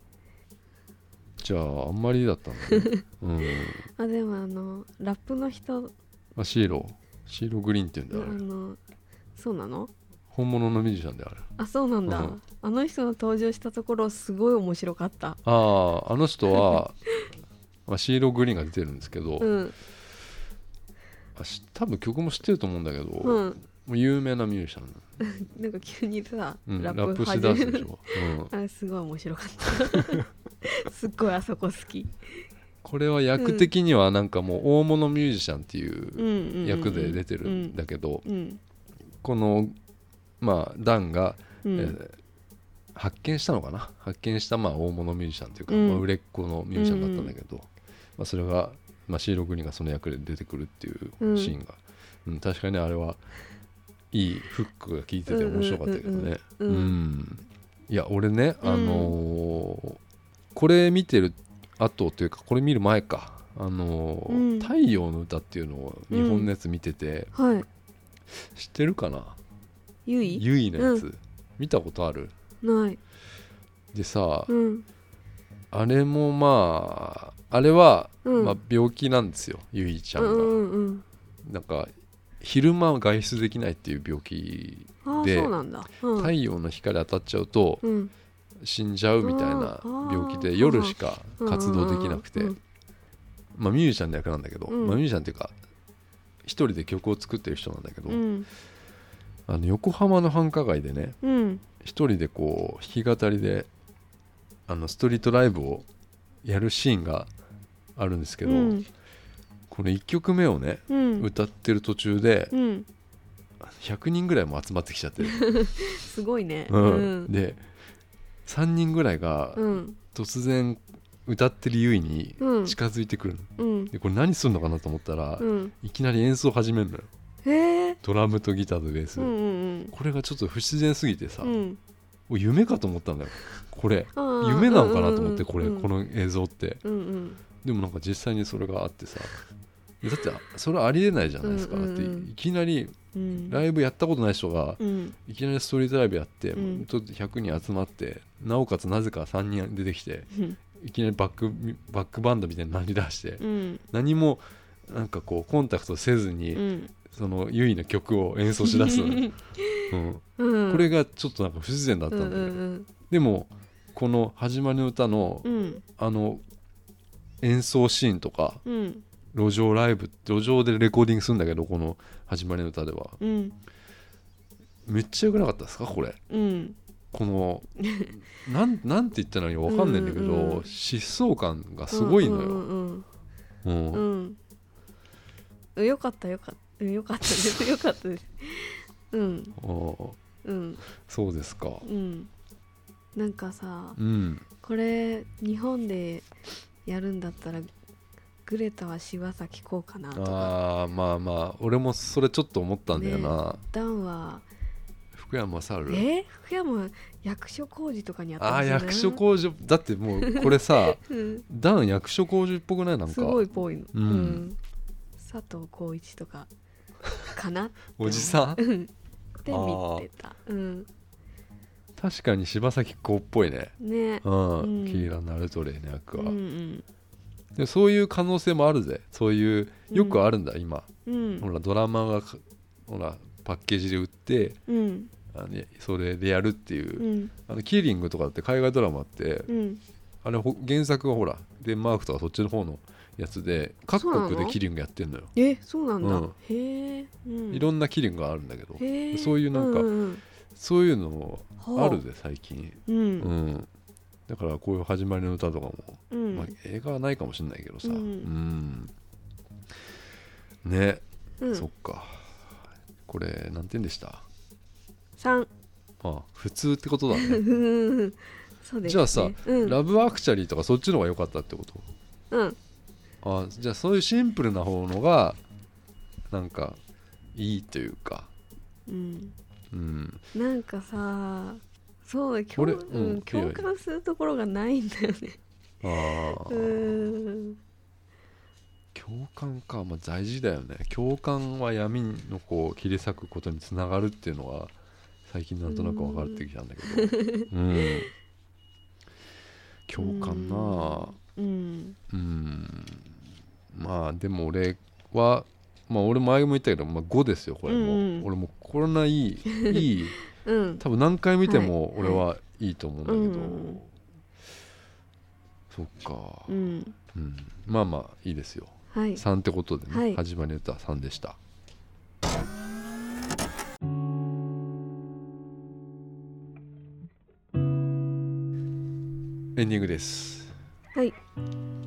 じゃああんまりだったんだ ね、うんあでもあのラップの人あシーロシーログリーンっていうんあだよあれのそうなの本物のミュージシャンであるあそうなんだ、うんあの人の登場したところすごい面白かったあああの人 はまあシーログリーンが出てるんですけど、うんあし多分曲も知ってると思うんだけど、うもんう有名なミュージシャンなの、なんか急にさ、うん、ララッッププし始だめするでしょ、うん、あすごい面白かっ たすっごいあそこ好き、これは役的にはなんかもう大物ミュージシャンってうんいううんうん、役で出てるんだけど、うんこのまあダンが、うんえー発見したのかな発見したまあ大物ミュージシャンというか、うんまあ、売れっ子のミュージシャンだったんだけど、まあ、それが、まあ、シーログリーンがその役で出てくるっていうシーンが、うん確かにあれはいいフックが効いてて面白かったけどね。うんうんうんうんいや俺ね、あのーこれ見てる後というかこれ見る前かあのーうん太陽の歌」っていうのを日本のやつ見てて、はい知ってるかなゆいゆいのやつ、見たことあるないでさ、うんあれもまああれは、うんまあ、病気なんですよゆいちゃうんが、んうんなんか昼間は外出できないっていう病気、ああでそうなんだうん太陽の光当たっちゃうとうん死んじゃうみたいなあー病気あでー夜しかうん活動できなくて、うんまあ、ミュージシャンの役なんだけど、うんまあ、ミュージシャンっていうか一人で曲を作ってる人なんだけど、うんあの横浜の繁華街でねうん一人でこう弾き語りであのストリートライブをやるシーンがあるんですけど、うんこの1曲目をねうん歌ってる途中でうん100人ぐらいも集まってきちゃってる、すごいねうん うんで3人ぐらいがうん突然歌ってるゆいにうん近づいてくるのうんでこれ何するのかなと思ったら、うんいきなり演奏始めるのよへえドラムとギターとベース、うんうんこれがちょっと不自然すぎてさ、うんうんお夢かと思ったんだよこれあー夢なのかなと思ってこれ、うんうんこの映像ってうんうんでもなんか実際にそれがあってさだってそれはありえないじゃないですか、うんうんうんだっていきなりうんライブやったことない人がうんいきなりストリートライブやって、うんちょっと100人集まってなおかつなぜか3人出てきてうんいきなりバックバックバンドみたいになりだして、うん何もなんかこうコンタクトせずに、うんそのゆいの曲を演奏しだすの よ、うんうんこれがちょっとなんか不自然だったうんんだうよ、んうんでもこの始まりの歌の、うんあの演奏シーンとかうん路上ライブ路上でレコーディングするんだけどこの始まりの歌ではうんめっちゃ良くなかったですかこれうんこ のなんなんて言ったらいいのか分かんないんだけど、うんうんうん疾走感がすごいのよ、うんうんうんうんうんよかったよかったよかったですよかったですうんああうんそうですかうんなんかさうんこれ日本でやるんだったらグレタは柴咲こうかなとかあーまあまあ俺もそれちょっと思ったんだよな、ダンは福山雅治え福山役所工事とかにあったああんじゃない役所工事だってもうこれさうんダン役所工事っぽくないなんかすごいぽいの、ううんん佐藤浩一とかかなおじさんうんって見て たうん確かに柴咲コウっぽいねねうん、うんキーラ・ナルトレイの役うは、んでもそういう可能性もあるぜそういうよくあるんだ、今うんうんほらドラマがかほらパッケージで売ってうんあのそれでやるっていう、うんあのキーリングとかって海外ドラマって、うんあれほ原作はほらデンマークとかそっちの方のやつで各そう国なでのキーリングやってんのよえそうなんだ、うんへえ、うん、いろんなキーリングがあるんだけどへえそういうなんかうんうんそういうのもほうあるぜ最近うんううんんだからこういう始まりの歌とかもうんまあ、映画はないかもしれないけどさ、ううんん、ね、うんそっかこれ何点でした三あ普通ってことだねうんそうです、ね、じゃあさ、うん、ラブアクチャリーとかそっちの方が良かったってことうんあじゃあそういうシンプルな方のがなんかいいというかうんうんなんかさそうだこ共,、れううんん、いいよ共感するところがないんだよねあうーん共感か、まあ、大事だよね共感は闇のこう切り裂くことにつながるっていうのは最近なんとなく分かってきたんだけどうん、共感なあうんうんまあでも俺はまあ俺前も言ったけど、まあ、5ですよこれも、うんうん俺もこんないいいいうん多分何回見てもはい俺はいいと思うんだけど、うんそっか、うんうんまあまあいいですよはい3ってことでね、はい始まりの歌は3でしたエンディングですはい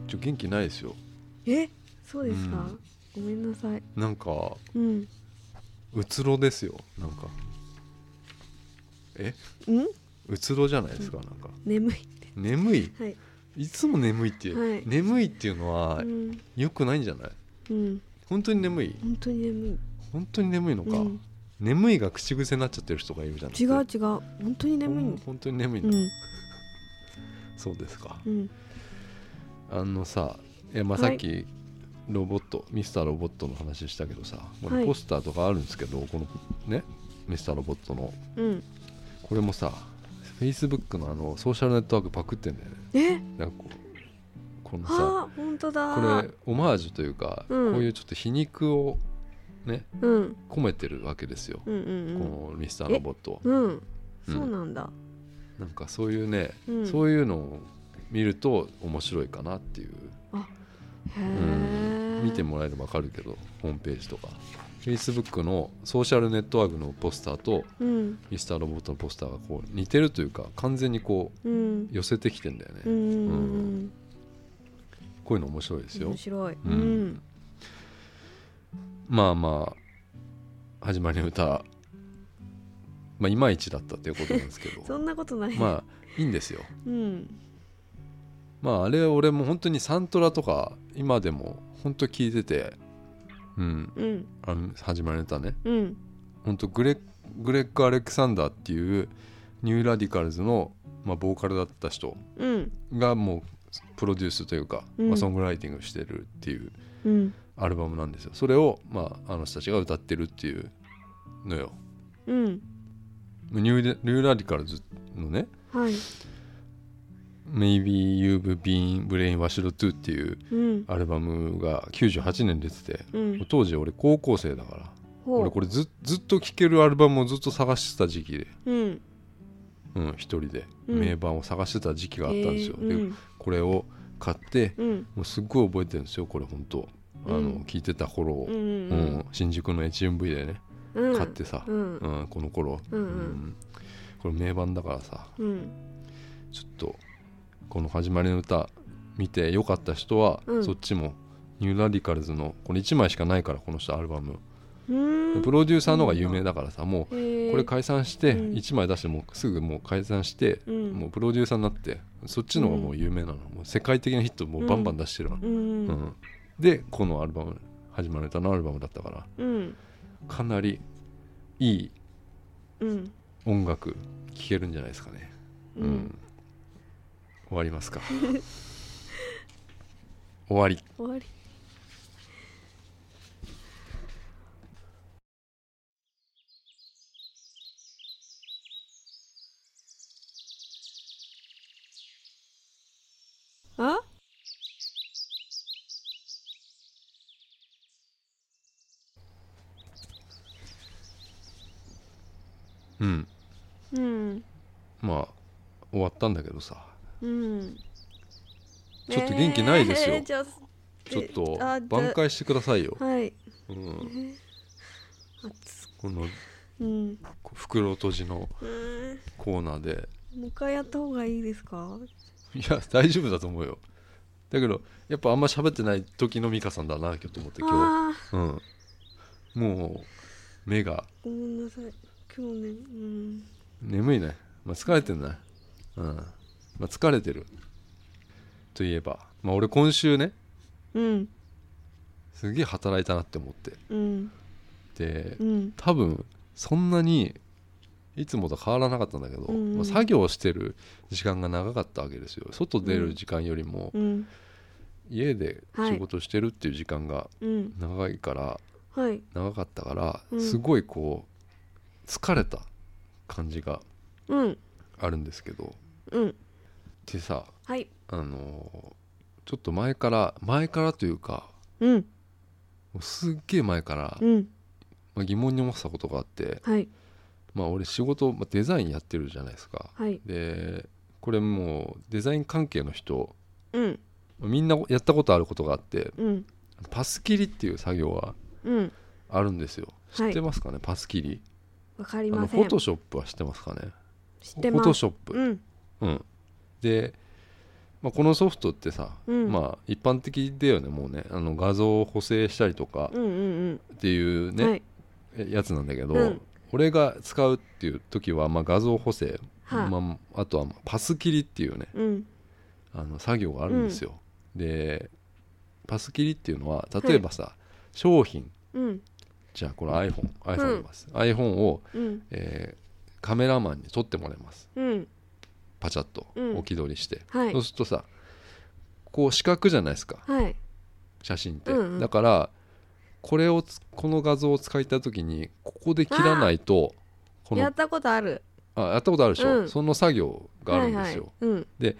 ちょ元気ないですよえそうですか、うんごめんなさいなんかうんうつろですよなんかえうんうつろじゃないですかなんか眠いって眠いはいいつも眠いって、はい眠いっていうのはうん良くないんじゃないうん本当に眠い本当に眠い本当に眠いのか、うん眠いが口癖になっちゃってる人がいるじゃない違う違う本当に眠いんです本当に眠いの、うんそうですかうんあのさいやまあはさいっきロボットミスターロボットの話したけどさこはれいポスターとかあるんですけど、このねミスターロボットのうんこれもさ Facebook のあのソーシャルネットワークパクってんだよねえなんかこうこのさあー本当だこれオマージュというか、うんこういうちょっと皮肉をねうん込めてるわけですよ、うんうんこのミスターロボットをうんうんそうなんだなんかそういうね、うんそういうのを見ると面白いかなっていう、へうえん、見てもらえれば分かるけどホームページとか Facebook のソーシャルネットワークのポスターとうんミスターロボットのポスターがこう似てるというか完全にこううん寄せてきてんだよね、うんうんこういうの面白いですよ面白いうんうんまあまあ始まりの歌まあいまいちだったということなんですけ そどんなことないまあいいんですようんまああれ俺も本当にサントラとか今でも本当聞いててうんうんあの始まりの歌ねうん本当グレグレッグ・アレクサンダーっていうニューラディカルズの、まあ、ボーカルだった人うんがもうプロデュースというか、うんまあ、ソングライティングしてるっていううんアルバムなんですよそれを、まあ、あの人たちが歌ってるっていうのようんニューニューラディカルズのねはい「Maybe You've Been Brainwashed Too」っていううんアルバムが98年出ててうん当時俺高校生だからほ俺これずずっと聴けるアルバムをずっと探してた時期で、ううんうん、一人でうん名盤を探してた時期があったんですよ、えーうでんこれを買ってうんもうすっごい覚えてるんですよこれ本当あの、うん聞いてた頃を、ううんん新宿の HMV でねうん買ってさ、うんうんこの頃、うんうんこれ名盤だからさうんちょっとこの「始まりの歌」見てよかった人は、うんそっちもニューラディカルズのこれ1枚しかないからこの人アルバム、うんプロデューサーの方が有名だからさもこうこれれ解散してうん1枚出してもうすぐもう解散して、うんもうプロデューサーになってそっちの方がもう有名なの、もう世界的なヒットもうバンバン出してるの、うんうんでこのアルバム「始まりの歌」のアルバムだったからうんかなりいいうん音楽聴けるんじゃないですかね。ううんん、終わります か終わり終わりあうんうんまあ終わったんだけどさうんちょっと元気ないですよえーじゃあちょっとあじゃ挽回してくださいよ、はいうん、熱このうんこう袋閉じのうんコーナーでもう一回やった方がいいですかいや大丈夫だと思うよだけどやっぱあんま喋ってない時の美香さんだな今日と思って今ああ日、うん、もう目がごめんなさい今日ねうん眠いね、まあ、疲れてんね、うんまあ、疲れてるといえば、まあ、俺今週ねうんすげえ働いたなって思ってうんでうん多分そんなにいつもと変わらなかったんだけど、うんまあ作業してる時間が長かったわけですよ外出る時間よりもうん家で仕事してるっていう時間がうん長いからはい長かったから、うんすごいこう疲れた感じがうんあるんですけどうんでさはいあのーちょっと前から前からというかうんもうすっげえ前から、うんまあ、疑問に思ってたことがあって、はいまあ、俺仕事、まあ、デザインやってるじゃないですか。はいでこれもうデザイン関係の人うんみんなやったことあることがあってうんパス切りっていう作業がうんあるんですよ知はっいてますかね、パス切りわかりあのまフせォんトショップは知ってますかね知ってフォまトすショップ、うんうんで、まあ、このソフトってさ、うんまあ一般的だよねもうねあの画像を補正したりとかうんうんっていううんはね、いやつなんだけど、うん俺が使うっていう時は、まあ、画像補正、はいまあ、あとはまあパス切りっていうねうんあの作業があるんですよ、でパス切りっていうのは例えばさ、商品うんじゃあこれ iPhone iPhone います、iPhone を、うんえーカメラマンに撮ってもらいますうんパチャッとうん置き取りして、はいそうするとさこう四角じゃないですかはい写真って、うんうんだからこれをつこの画像を使いた時にここで切らないとこのやったことあるあやったことあるでしょ、うんその作業があるんですよ、はいはい、うん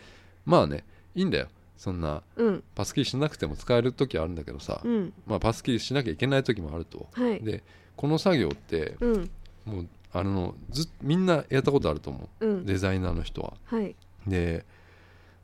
まあねいいんだよそんなうんパスキーしなくても使える時はあるんだけどさ、うんまあ、パスキーしなきゃいけない時もあると、はいでこの作業ってうんもうあのずみんなやったことあると思ううんデザイナーの人ははいで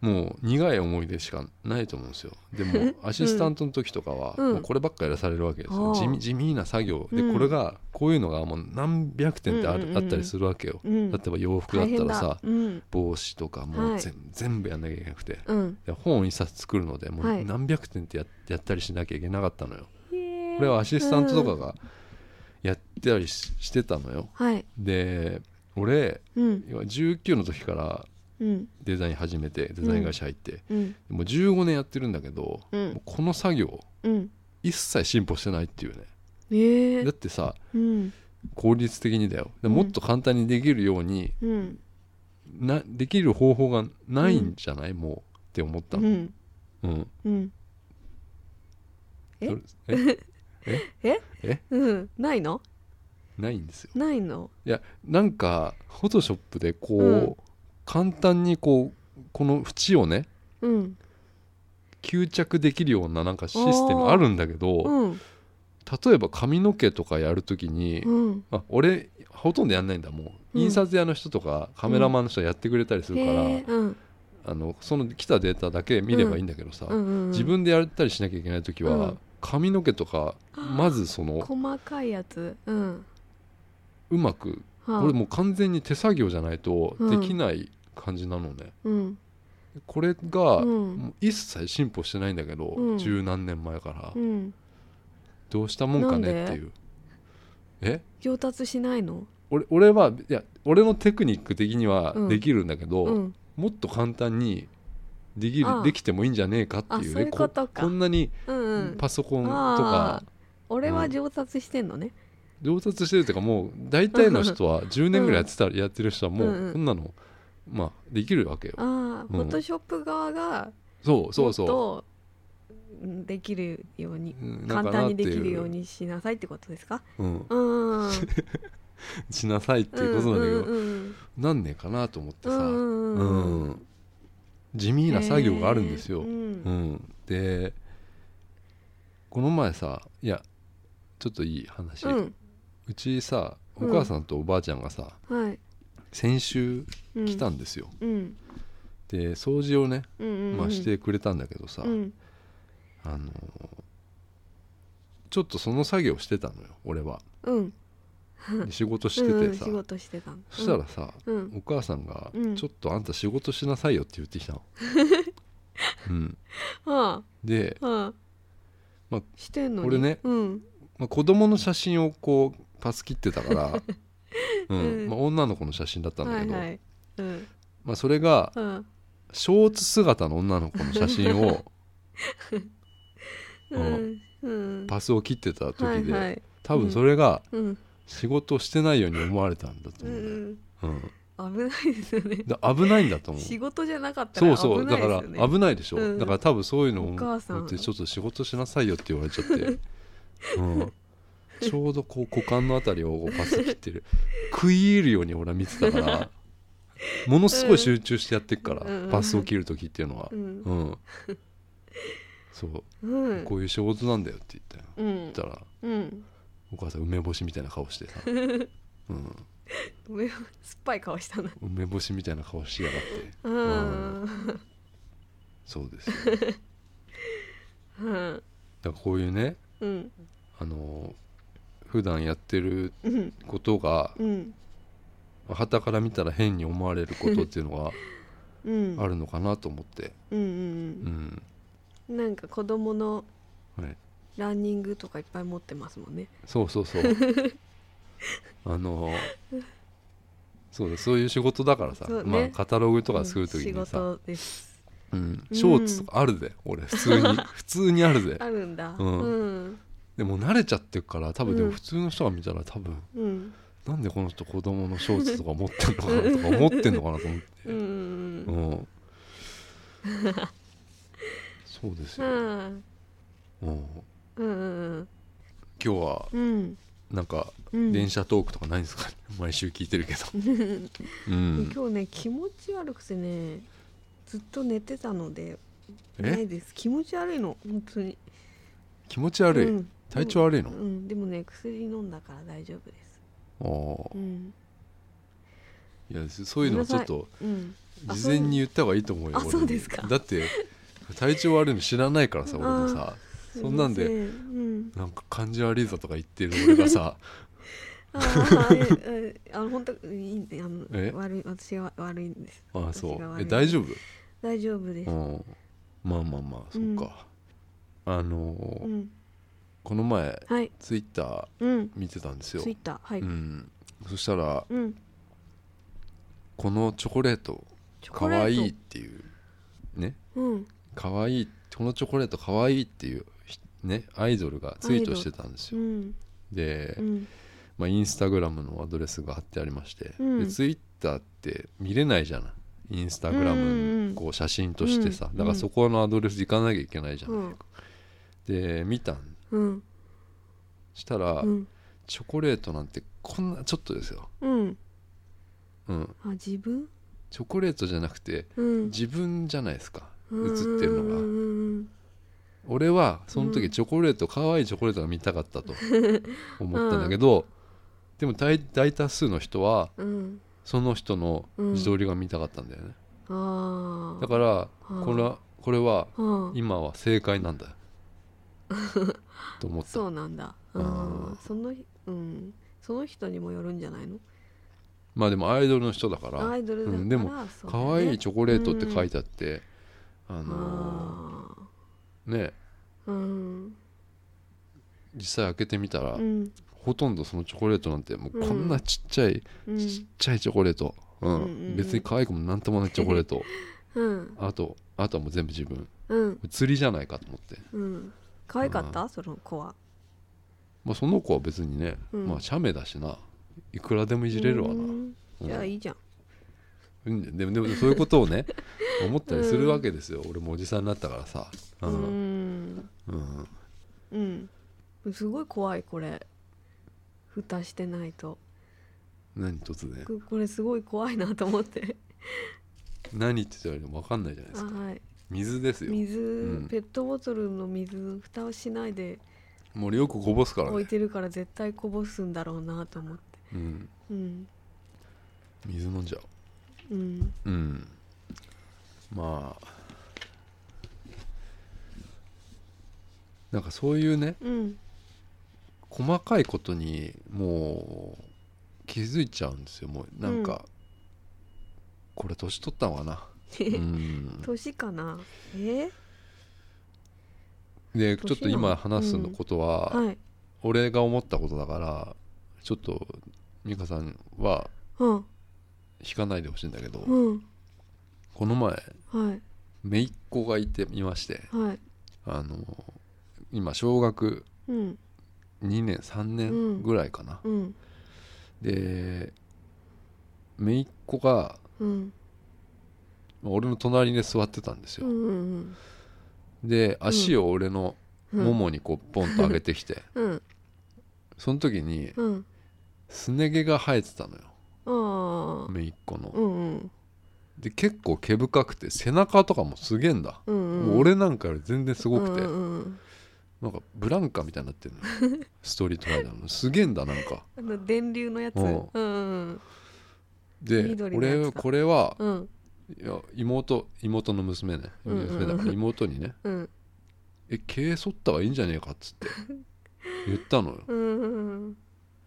もう苦い思い出しかないと思うんですよで もアシスタントの時とかは、うんもうこればっかやらされるわけですよ、ああ地味地味な作業で、うんこれがこういうのがもう何百点ってあ,、うんうんうんうんったりするわけよ、うん例えば洋服だっ大た変らださうん帽子とかもうはい全,、全部やんなきゃいけなくてうんで本一冊作るのでもはうい何百点ってややったりしなきゃいけなかったのよここれはアシスタントとかがやってたりししてたのよはいで俺うん今19の時からうんデザイン始めてデザイン会社入って、うんもう15年やってるんだけど、うもうんこの作業うん一切進歩してないっていうねええだってさうん効率的にだよでうんもっと簡単にできるように、うんなできる方法がないんじゃない、もうって思ったうの、んうんうんえそ れうんないのないんですよないのいやなんかフォトショップでこう、うん簡単にこうこの縁をねうん吸着できるようななんかシステムあるんだけど、うん例えば髪の毛とかやるときに、うんまあ、俺ほとんどやんないんだもううん印刷屋の人とかカメラマンの人がやってくれたりするから、へえうんあのその来たデータだけ見ればいいんだけどさ、うんうん自分でやったりしなきゃいけない時は、うん髪の毛とかまずその細かいやつうんうまくはあ俺もう完全に手作業じゃないとうでんきない感じなのね、うんこれが、うんもう一切進歩してないんだけど、うん十何年前から、うんどうしたもんかねっなんてでいうえ上達しないの俺俺はいや俺のテクニック的にはうんできるんだけど、うんもっと簡単にできるああできてもいいんじゃねえかっていう,、ね、あそういうことかこんなにうんうんパソコンとあかあ俺は上達してんのね上達してるというかもう大体の人は10年ぐらいやってた、やってる人はもうんううんこんなの、まあ、できるわけよああうんフォトショップ側がそうそうそもっとうんできるようにううんなん簡かな単っにてでいきるようにしなさいってことで すかうん、うーんしなさいってういんうことなんだけど、うんなんねえかなと思ってさ、うんうんうんうん地味な作業があるんですよ、へえううんん、でこの前さいやちょっといい話、ううんちさおうん母さんとおばあちゃんがさはい先週うん来たんですよ、うんで掃除をね、うんうんうんまあ、してくれたんだけどさ、うんあのちょっとその作業してたのよ俺はうんで仕事しうんうてんてさ、仕事してたのそしたらさ、うんお母さんが、うんちょっとあんた仕事しなさいよ」って言ってきた の、うん、はで、あはまああしてんのに俺ねうんまあ、子供の写真をこうパス切ってたから、うんうんまあ、女の子の写真だったんだはけいど、はいうんまあ、それがうんショーツ姿の女の子の写真をうんうんパスを切ってた時で、はいはい多分それがうん仕事をしてないように思われたんだとう思うんだよ、んうんうん危ないですよねで危ないんだと思う仕事じゃなかったそらうそう危だないかですらよね危ないでしょ、うんだから多分そういうのをお母さん思ってちょっと仕事しなさいよって言われちゃって、 うん、ちょうどこう股間のあたりをこうパス切ってる食い入るように俺は見てた からものすごい集中してやってっから、うんパスを切る時っていうのは、ううんん そう、うんこういう仕事なんだよって言ったようん言ったらうんお母さん梅干しみたいな顔してさ、うん、ごめん酸っぱい顔したな梅干しみたいな顔しやがってうんそうですようんだからこういうねうんあの普段やってるうんことがうん傍から見たら変に思われることっていうのうんがあるのかなと思って、うんううんんうんなんか子供のはい、ランニングとかいっぱい持ってますもんねそうそう そうあのそうだそういう仕事だからさ、そうねまあ、カタログとうかんする時仕にさ、事ですうんショーツとかあるぜ俺普通 に普通にあるぜあるんだううんんでも慣れちゃってるから多分でうもん普通の人が見たら多分うんなんでこの人子供のショーツとか持ってんのかなとか思ってんのかなと思って。うんうんうんそうですうよ、んうんうんうん今日はうんなんかうん電車トークとかないんですか、 毎週聞いてるけどううんん今日ね気持ち悪くてねずっと寝てたのでなえいです気持ち悪いの本当に気持ち悪い、うん体調悪いの、うんでもね薬飲んだから大丈夫ですあうんあいやそういうのはちょっとうんあ事前に言った方がいいと思うよあ俺そうですかだって体調悪いの知らないからさ俺もさそんなんですいませんうんなんか感じ悪いぞとか言ってる俺が さあー ええあの本当いいんであのえ悪い私が悪いんですああそ私がう悪いえ大丈夫大丈夫ですうんまあまあまあそっか、あのーうんこの前はいツイッターうん見てたんですよツイッターはいうんそしたらうんこのチョコレートチョかコレーわトいいっていうねうんかわいいこのチョコレートかわいいっていうひねアイドルがツイートしてたんですうよんで、うんまあ、インスタグラムのアドレスが貼ってありまして、うんでツイッターって見れないじゃないインスタグラうんうんうムんのこう写真としてさ、うんだからそこのアドレス行かなきゃいけないじゃない、うんで見たんうんしたら、うんチョコレートなんてこんなちょっとですよ、うんうん、あ自分チョコレートじゃなくてうん自分じゃないですか映うんってるうのがん俺はそのう時んチョコレート可愛いチョコレートが見たかった と思ったんだけど、でも大大多数の人はうんうんその人の自撮りが見たかったんだよね、ああだからうんこれはこれはうん今は正解なんだよと思ったそうなんだうあーんその日うんその人にもよるんじゃないのまあでもアイドルの人だからアイドルだからうん、でもそうだよね可愛いチョコレートって書いてあって、あのあーねーうん実際開けてみたら、うんほとんどそのチョコレートなんてもううんこんなちっちゃい、うんちっちゃいチョコレート、うんうんうんうん別に可愛くもなんともないチョコレー トうんあとあとはもう全部自分うん釣りじゃないかと思って、うん可愛かったその子はまあ、その子は別にね、うんまあ写メだしないくらでもいじれるわな、うんうんいやいいじゃんうんでもでもそういうことをね 思ったりするわけですよ、俺もおじさんになったからさ、ううんんうんうんすごい怖いこれ蓋してないと何突然ここれすごい怖いなと思って何言ってたら分かんないじゃないであすかはい水ですよ水、うんペットボトルの水の蓋をしないでもう俺よくこぼすから置いね、てるから絶対こぼすんだろうなと思ってうん、うん水飲んじゃおううんうんまあなんかそういうねうん細かいことにもう気づいちゃうんですよもうなんか、これ年取ったのかな、うん、年かなえで年なのちょっと今話すのことは、はい俺が思ったことだからちょっと美香さんはうん引かないでほしいんだけど、うんこの前はい姪っ子がいていましてはいあの今小学うん2年3年ぐらいかな、うんで姪っ子がうんまあ俺の隣で座ってたんですうよ、んうんで足を俺のうんももにこうポンと上げてきて、うんその時にうんすね毛が生えてたのよああ姪っ子の、うんうんで結構毛深くて背中とかもすげえんだ、うんうんもう俺なんかより全然すごくて、うんうんうんなんかブランカみたいになってるの よストリートライダーのすげえんだなんかあの電流のやつううんんうんで緑のやつだ俺これは、うんいや妹妹の娘ねうんうんうん娘だから妹にねうん「え毛剃った方がいいんじゃねえか」っつって 言ったのようんうん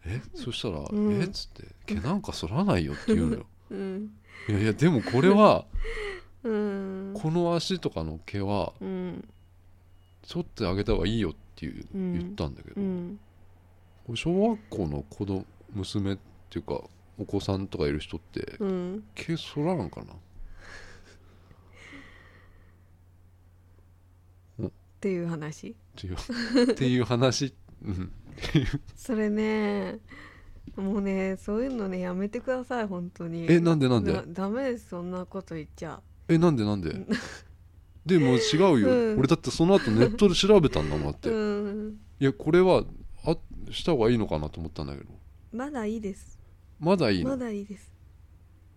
えそしたら「んえっ?」つって「毛なんか剃らないよ」って言うのようんいやいやでもこれはうんこの足とかの毛はうん剃ってあげた方がいいよっていううん言ったんだけうど、ん小学校の子供娘っていうかお子さんとかいる人ってうん毛剃らんかなっていう話っていう っていう話、うん、それねもうねそういうのねやめてください本当にえなんでなんでダメですそんなこと言っちゃえなんでなんででも違うよ、うん俺だってその後ネットで調べたんだもんだって、ういんやこれはあした方がいいのかなと思ったんだけどまだいいですまだいいの、まだいいです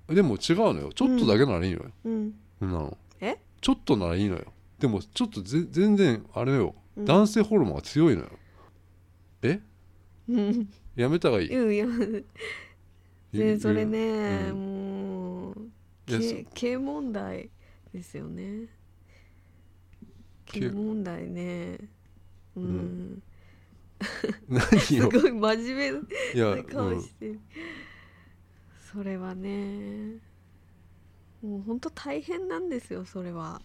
でも違うのよちょっとだけならいいのよ、うんそんなのえちょっとならいいのよでもちょっとぜ全然あれよ、うん男性ホルモンが強いのよえうんやめた方がいい、いやゆねそれね、うんもういやけ経問題ですよねけ経問題ねうん、んす何をごい真面いや、目うな顔んしてる、それはねもうほんと大変なんですよそれは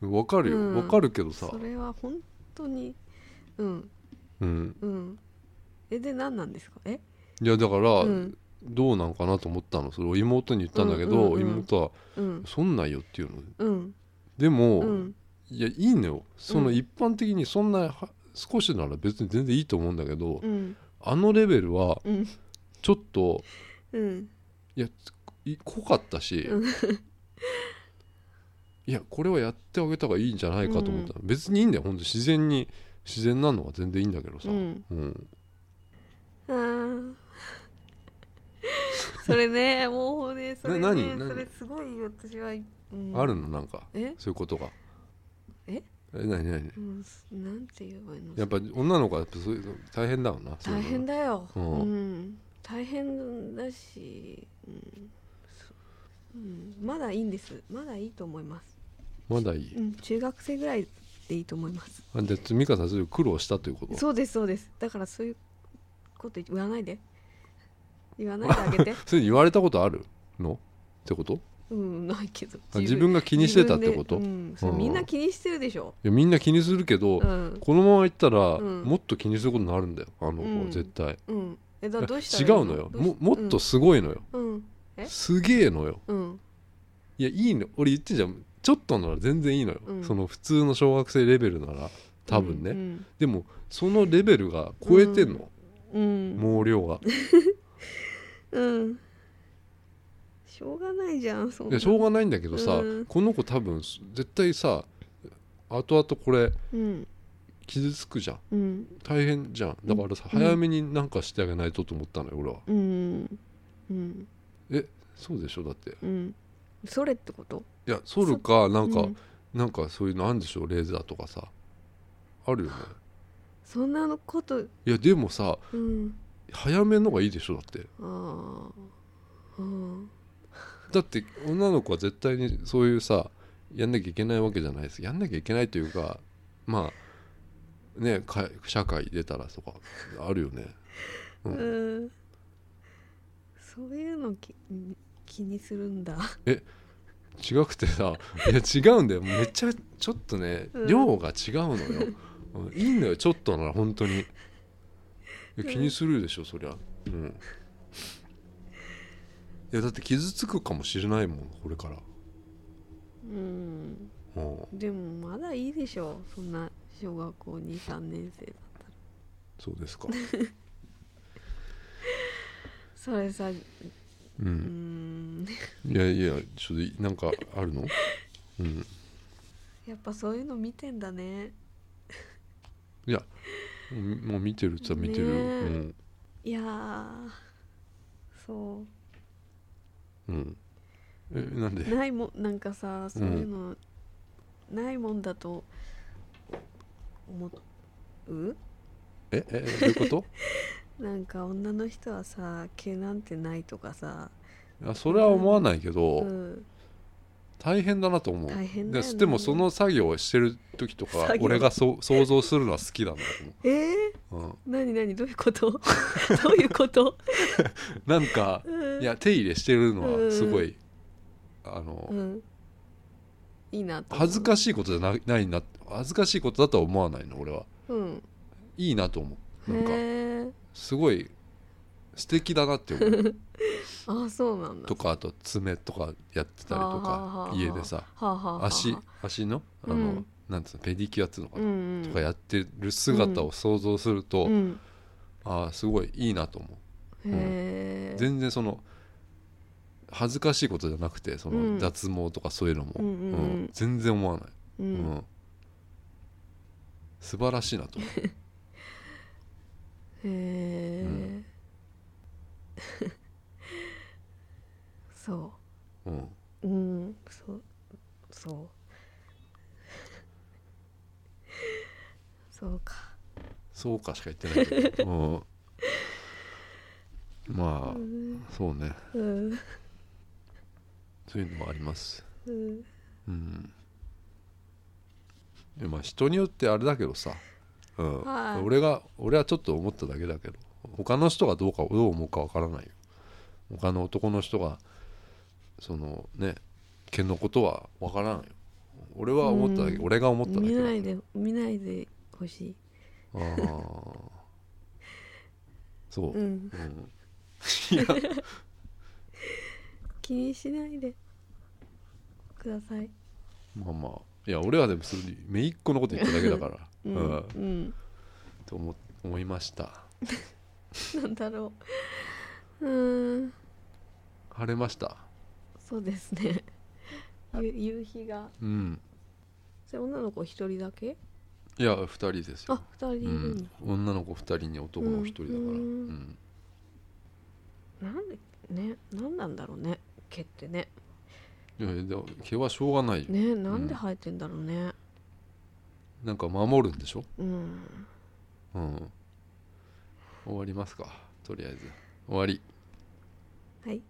わかるよ、うんわかるけどさそれは本当にうんうん、うんえで何なんですかえいやだから、うんどうなんかなと思ったのそれを妹に言ったんだけど、うんうんうん妹はう「んそんなんよ」っていうのうんでも、うんいやいいのよそのうん一般的にそんなは少しなら別に全然いいと思うんだけど、うんあのレベルはうんちょっとうんいやい濃かったし、う いやこれはやってあげた方がいいんじゃないかと思った、別にいいんだよほんと自然に自然なのは全然いいんだけどさ、うんうんあー それねもうねそれねな何何それすごいよ私は、うんあるのなんかえ、そういうことがええ何何うん、すなんて言えばいいのやっぱ女の子はやっぱそういうの大変だろうなそういう大の変だよ、ううんん大変だし、うんそうん、まだいいんですまだいいと思います、まだいいうん、中学生ぐらいでいいと思いますあで美香さんそれ苦労したということそうですそうですだからそういうこと言わないで言わないであげ てそれ言われたことあるのってことうんないけどあ自分が気にしてたってこと、い自分でうん、それうんみんな気にしてるでしょ、やみんな気にするけど、うんこのままいったら、うんもっと気にすることになるんだよあの子、うん絶対うん、えだいからやどうした違らいいうのよどうしももっとすごいのよ、うんえすげえのようんいやいいの俺言ってんじゃんちょっとなら全然いいのよ、うんその普通の小学生レベルなら多分ね、うんでもそのレベルが超えてんの、うん、毛量がうんしょうがないじゃんそんいなやしょうがないんだけどさ、うんこの子多分絶対さ後々これうん傷つくじゃんうん大変じゃんだからさ、うん早めになんかしてあげないとと思ったのよ俺はうんうんそうでしょだってうんそれってこといや剃るかなんか、うんなんかそういうのあるんでしょレーザーとかさあるよねそんなのこといやでもさうん早めのがいいでしょだってああうんだって女の子は絶対にそういうさやんなきゃいけないわけじゃないですやんなきゃいけないというかまあねか社会出たらとかあるよねうんうんそういうのき気にするんだ違くてさ いや違うんだよめっちゃちょっとねうん量が違うのよ、うんいいのよちょっとなら本当にいや気にするでしょそりゃうんいやだって傷つくかもしれないもんこれから、うんうん、でもまだいいでしょそんな小学校23年生だったらそうですかそれさううんんいやいやちょっとなんかあるのうんやっぱそういうの見てんだねいやもうもう見てるっつは見てるよ、ねえいやーそううんうんえなんでないもんなんかさそういうの、ないもんだと思うええどういうこと なんか女の人はさ毛なんてないとかさ、いやそれは思わないけど、うん、大変だなと思う大変だよねででもその作業をしてる時とか作業俺がそ想像するのは好きなんだえー、と思う、何何どういうこと どういうこと、うん、なんかうん、いや手入れしてるのはすごい、あうのん、いいなと思う恥ずかしいことじゃなないな恥ずかしいことだとは思わないの俺はうんいいなと思うなんへかえすごい素敵だなって思 うあそうなんだとかあと爪とかやってたりとはあはあはかあ家でさはあはあはあ足足のあの、うんなんつうのペディキュアっつうのかうな、んうんとかやってる姿を想像すると、うんああすごいいいなと思うへえ全然その恥ずかしいことじゃなくてそのうん脱毛とかそういうのも、うんうんうん全然思わない、うううんん、素晴らしいなと思うへえ、うん そうん、ううんそうそうそうかそうかしか言ってないけ ど、うん、まあ、そうねうんそういうのもありますうんうんでまあ人によってあれだけどさ、うんはい俺が俺はちょっと思っただけだけど他の人がどうかどう思うかわからないよ他の男の人がそのね剣のことはわからんよ俺は思っただけうん俺が思っただけ見だかならいで見ないでほしいあーそう、うんうんいや 気にしないでくださいまあまあいや俺はでもそれめいっ子のこと言っただけだから、うん、ううんんと思思いましたなんだろううん晴れましたそうですねゆ夕日がうんそれ女の子一人だけいや2人ですよあ、二人いるんだ、うん、女の子2人に男の1人だから、ううんんなんでねなんなんだろうね毛ってねいやいやでも毛はしょうがないよ、ねなんで生えてんだろうねなんか守るんでしょ、うんうん、終わりますかとりあえず終わりはい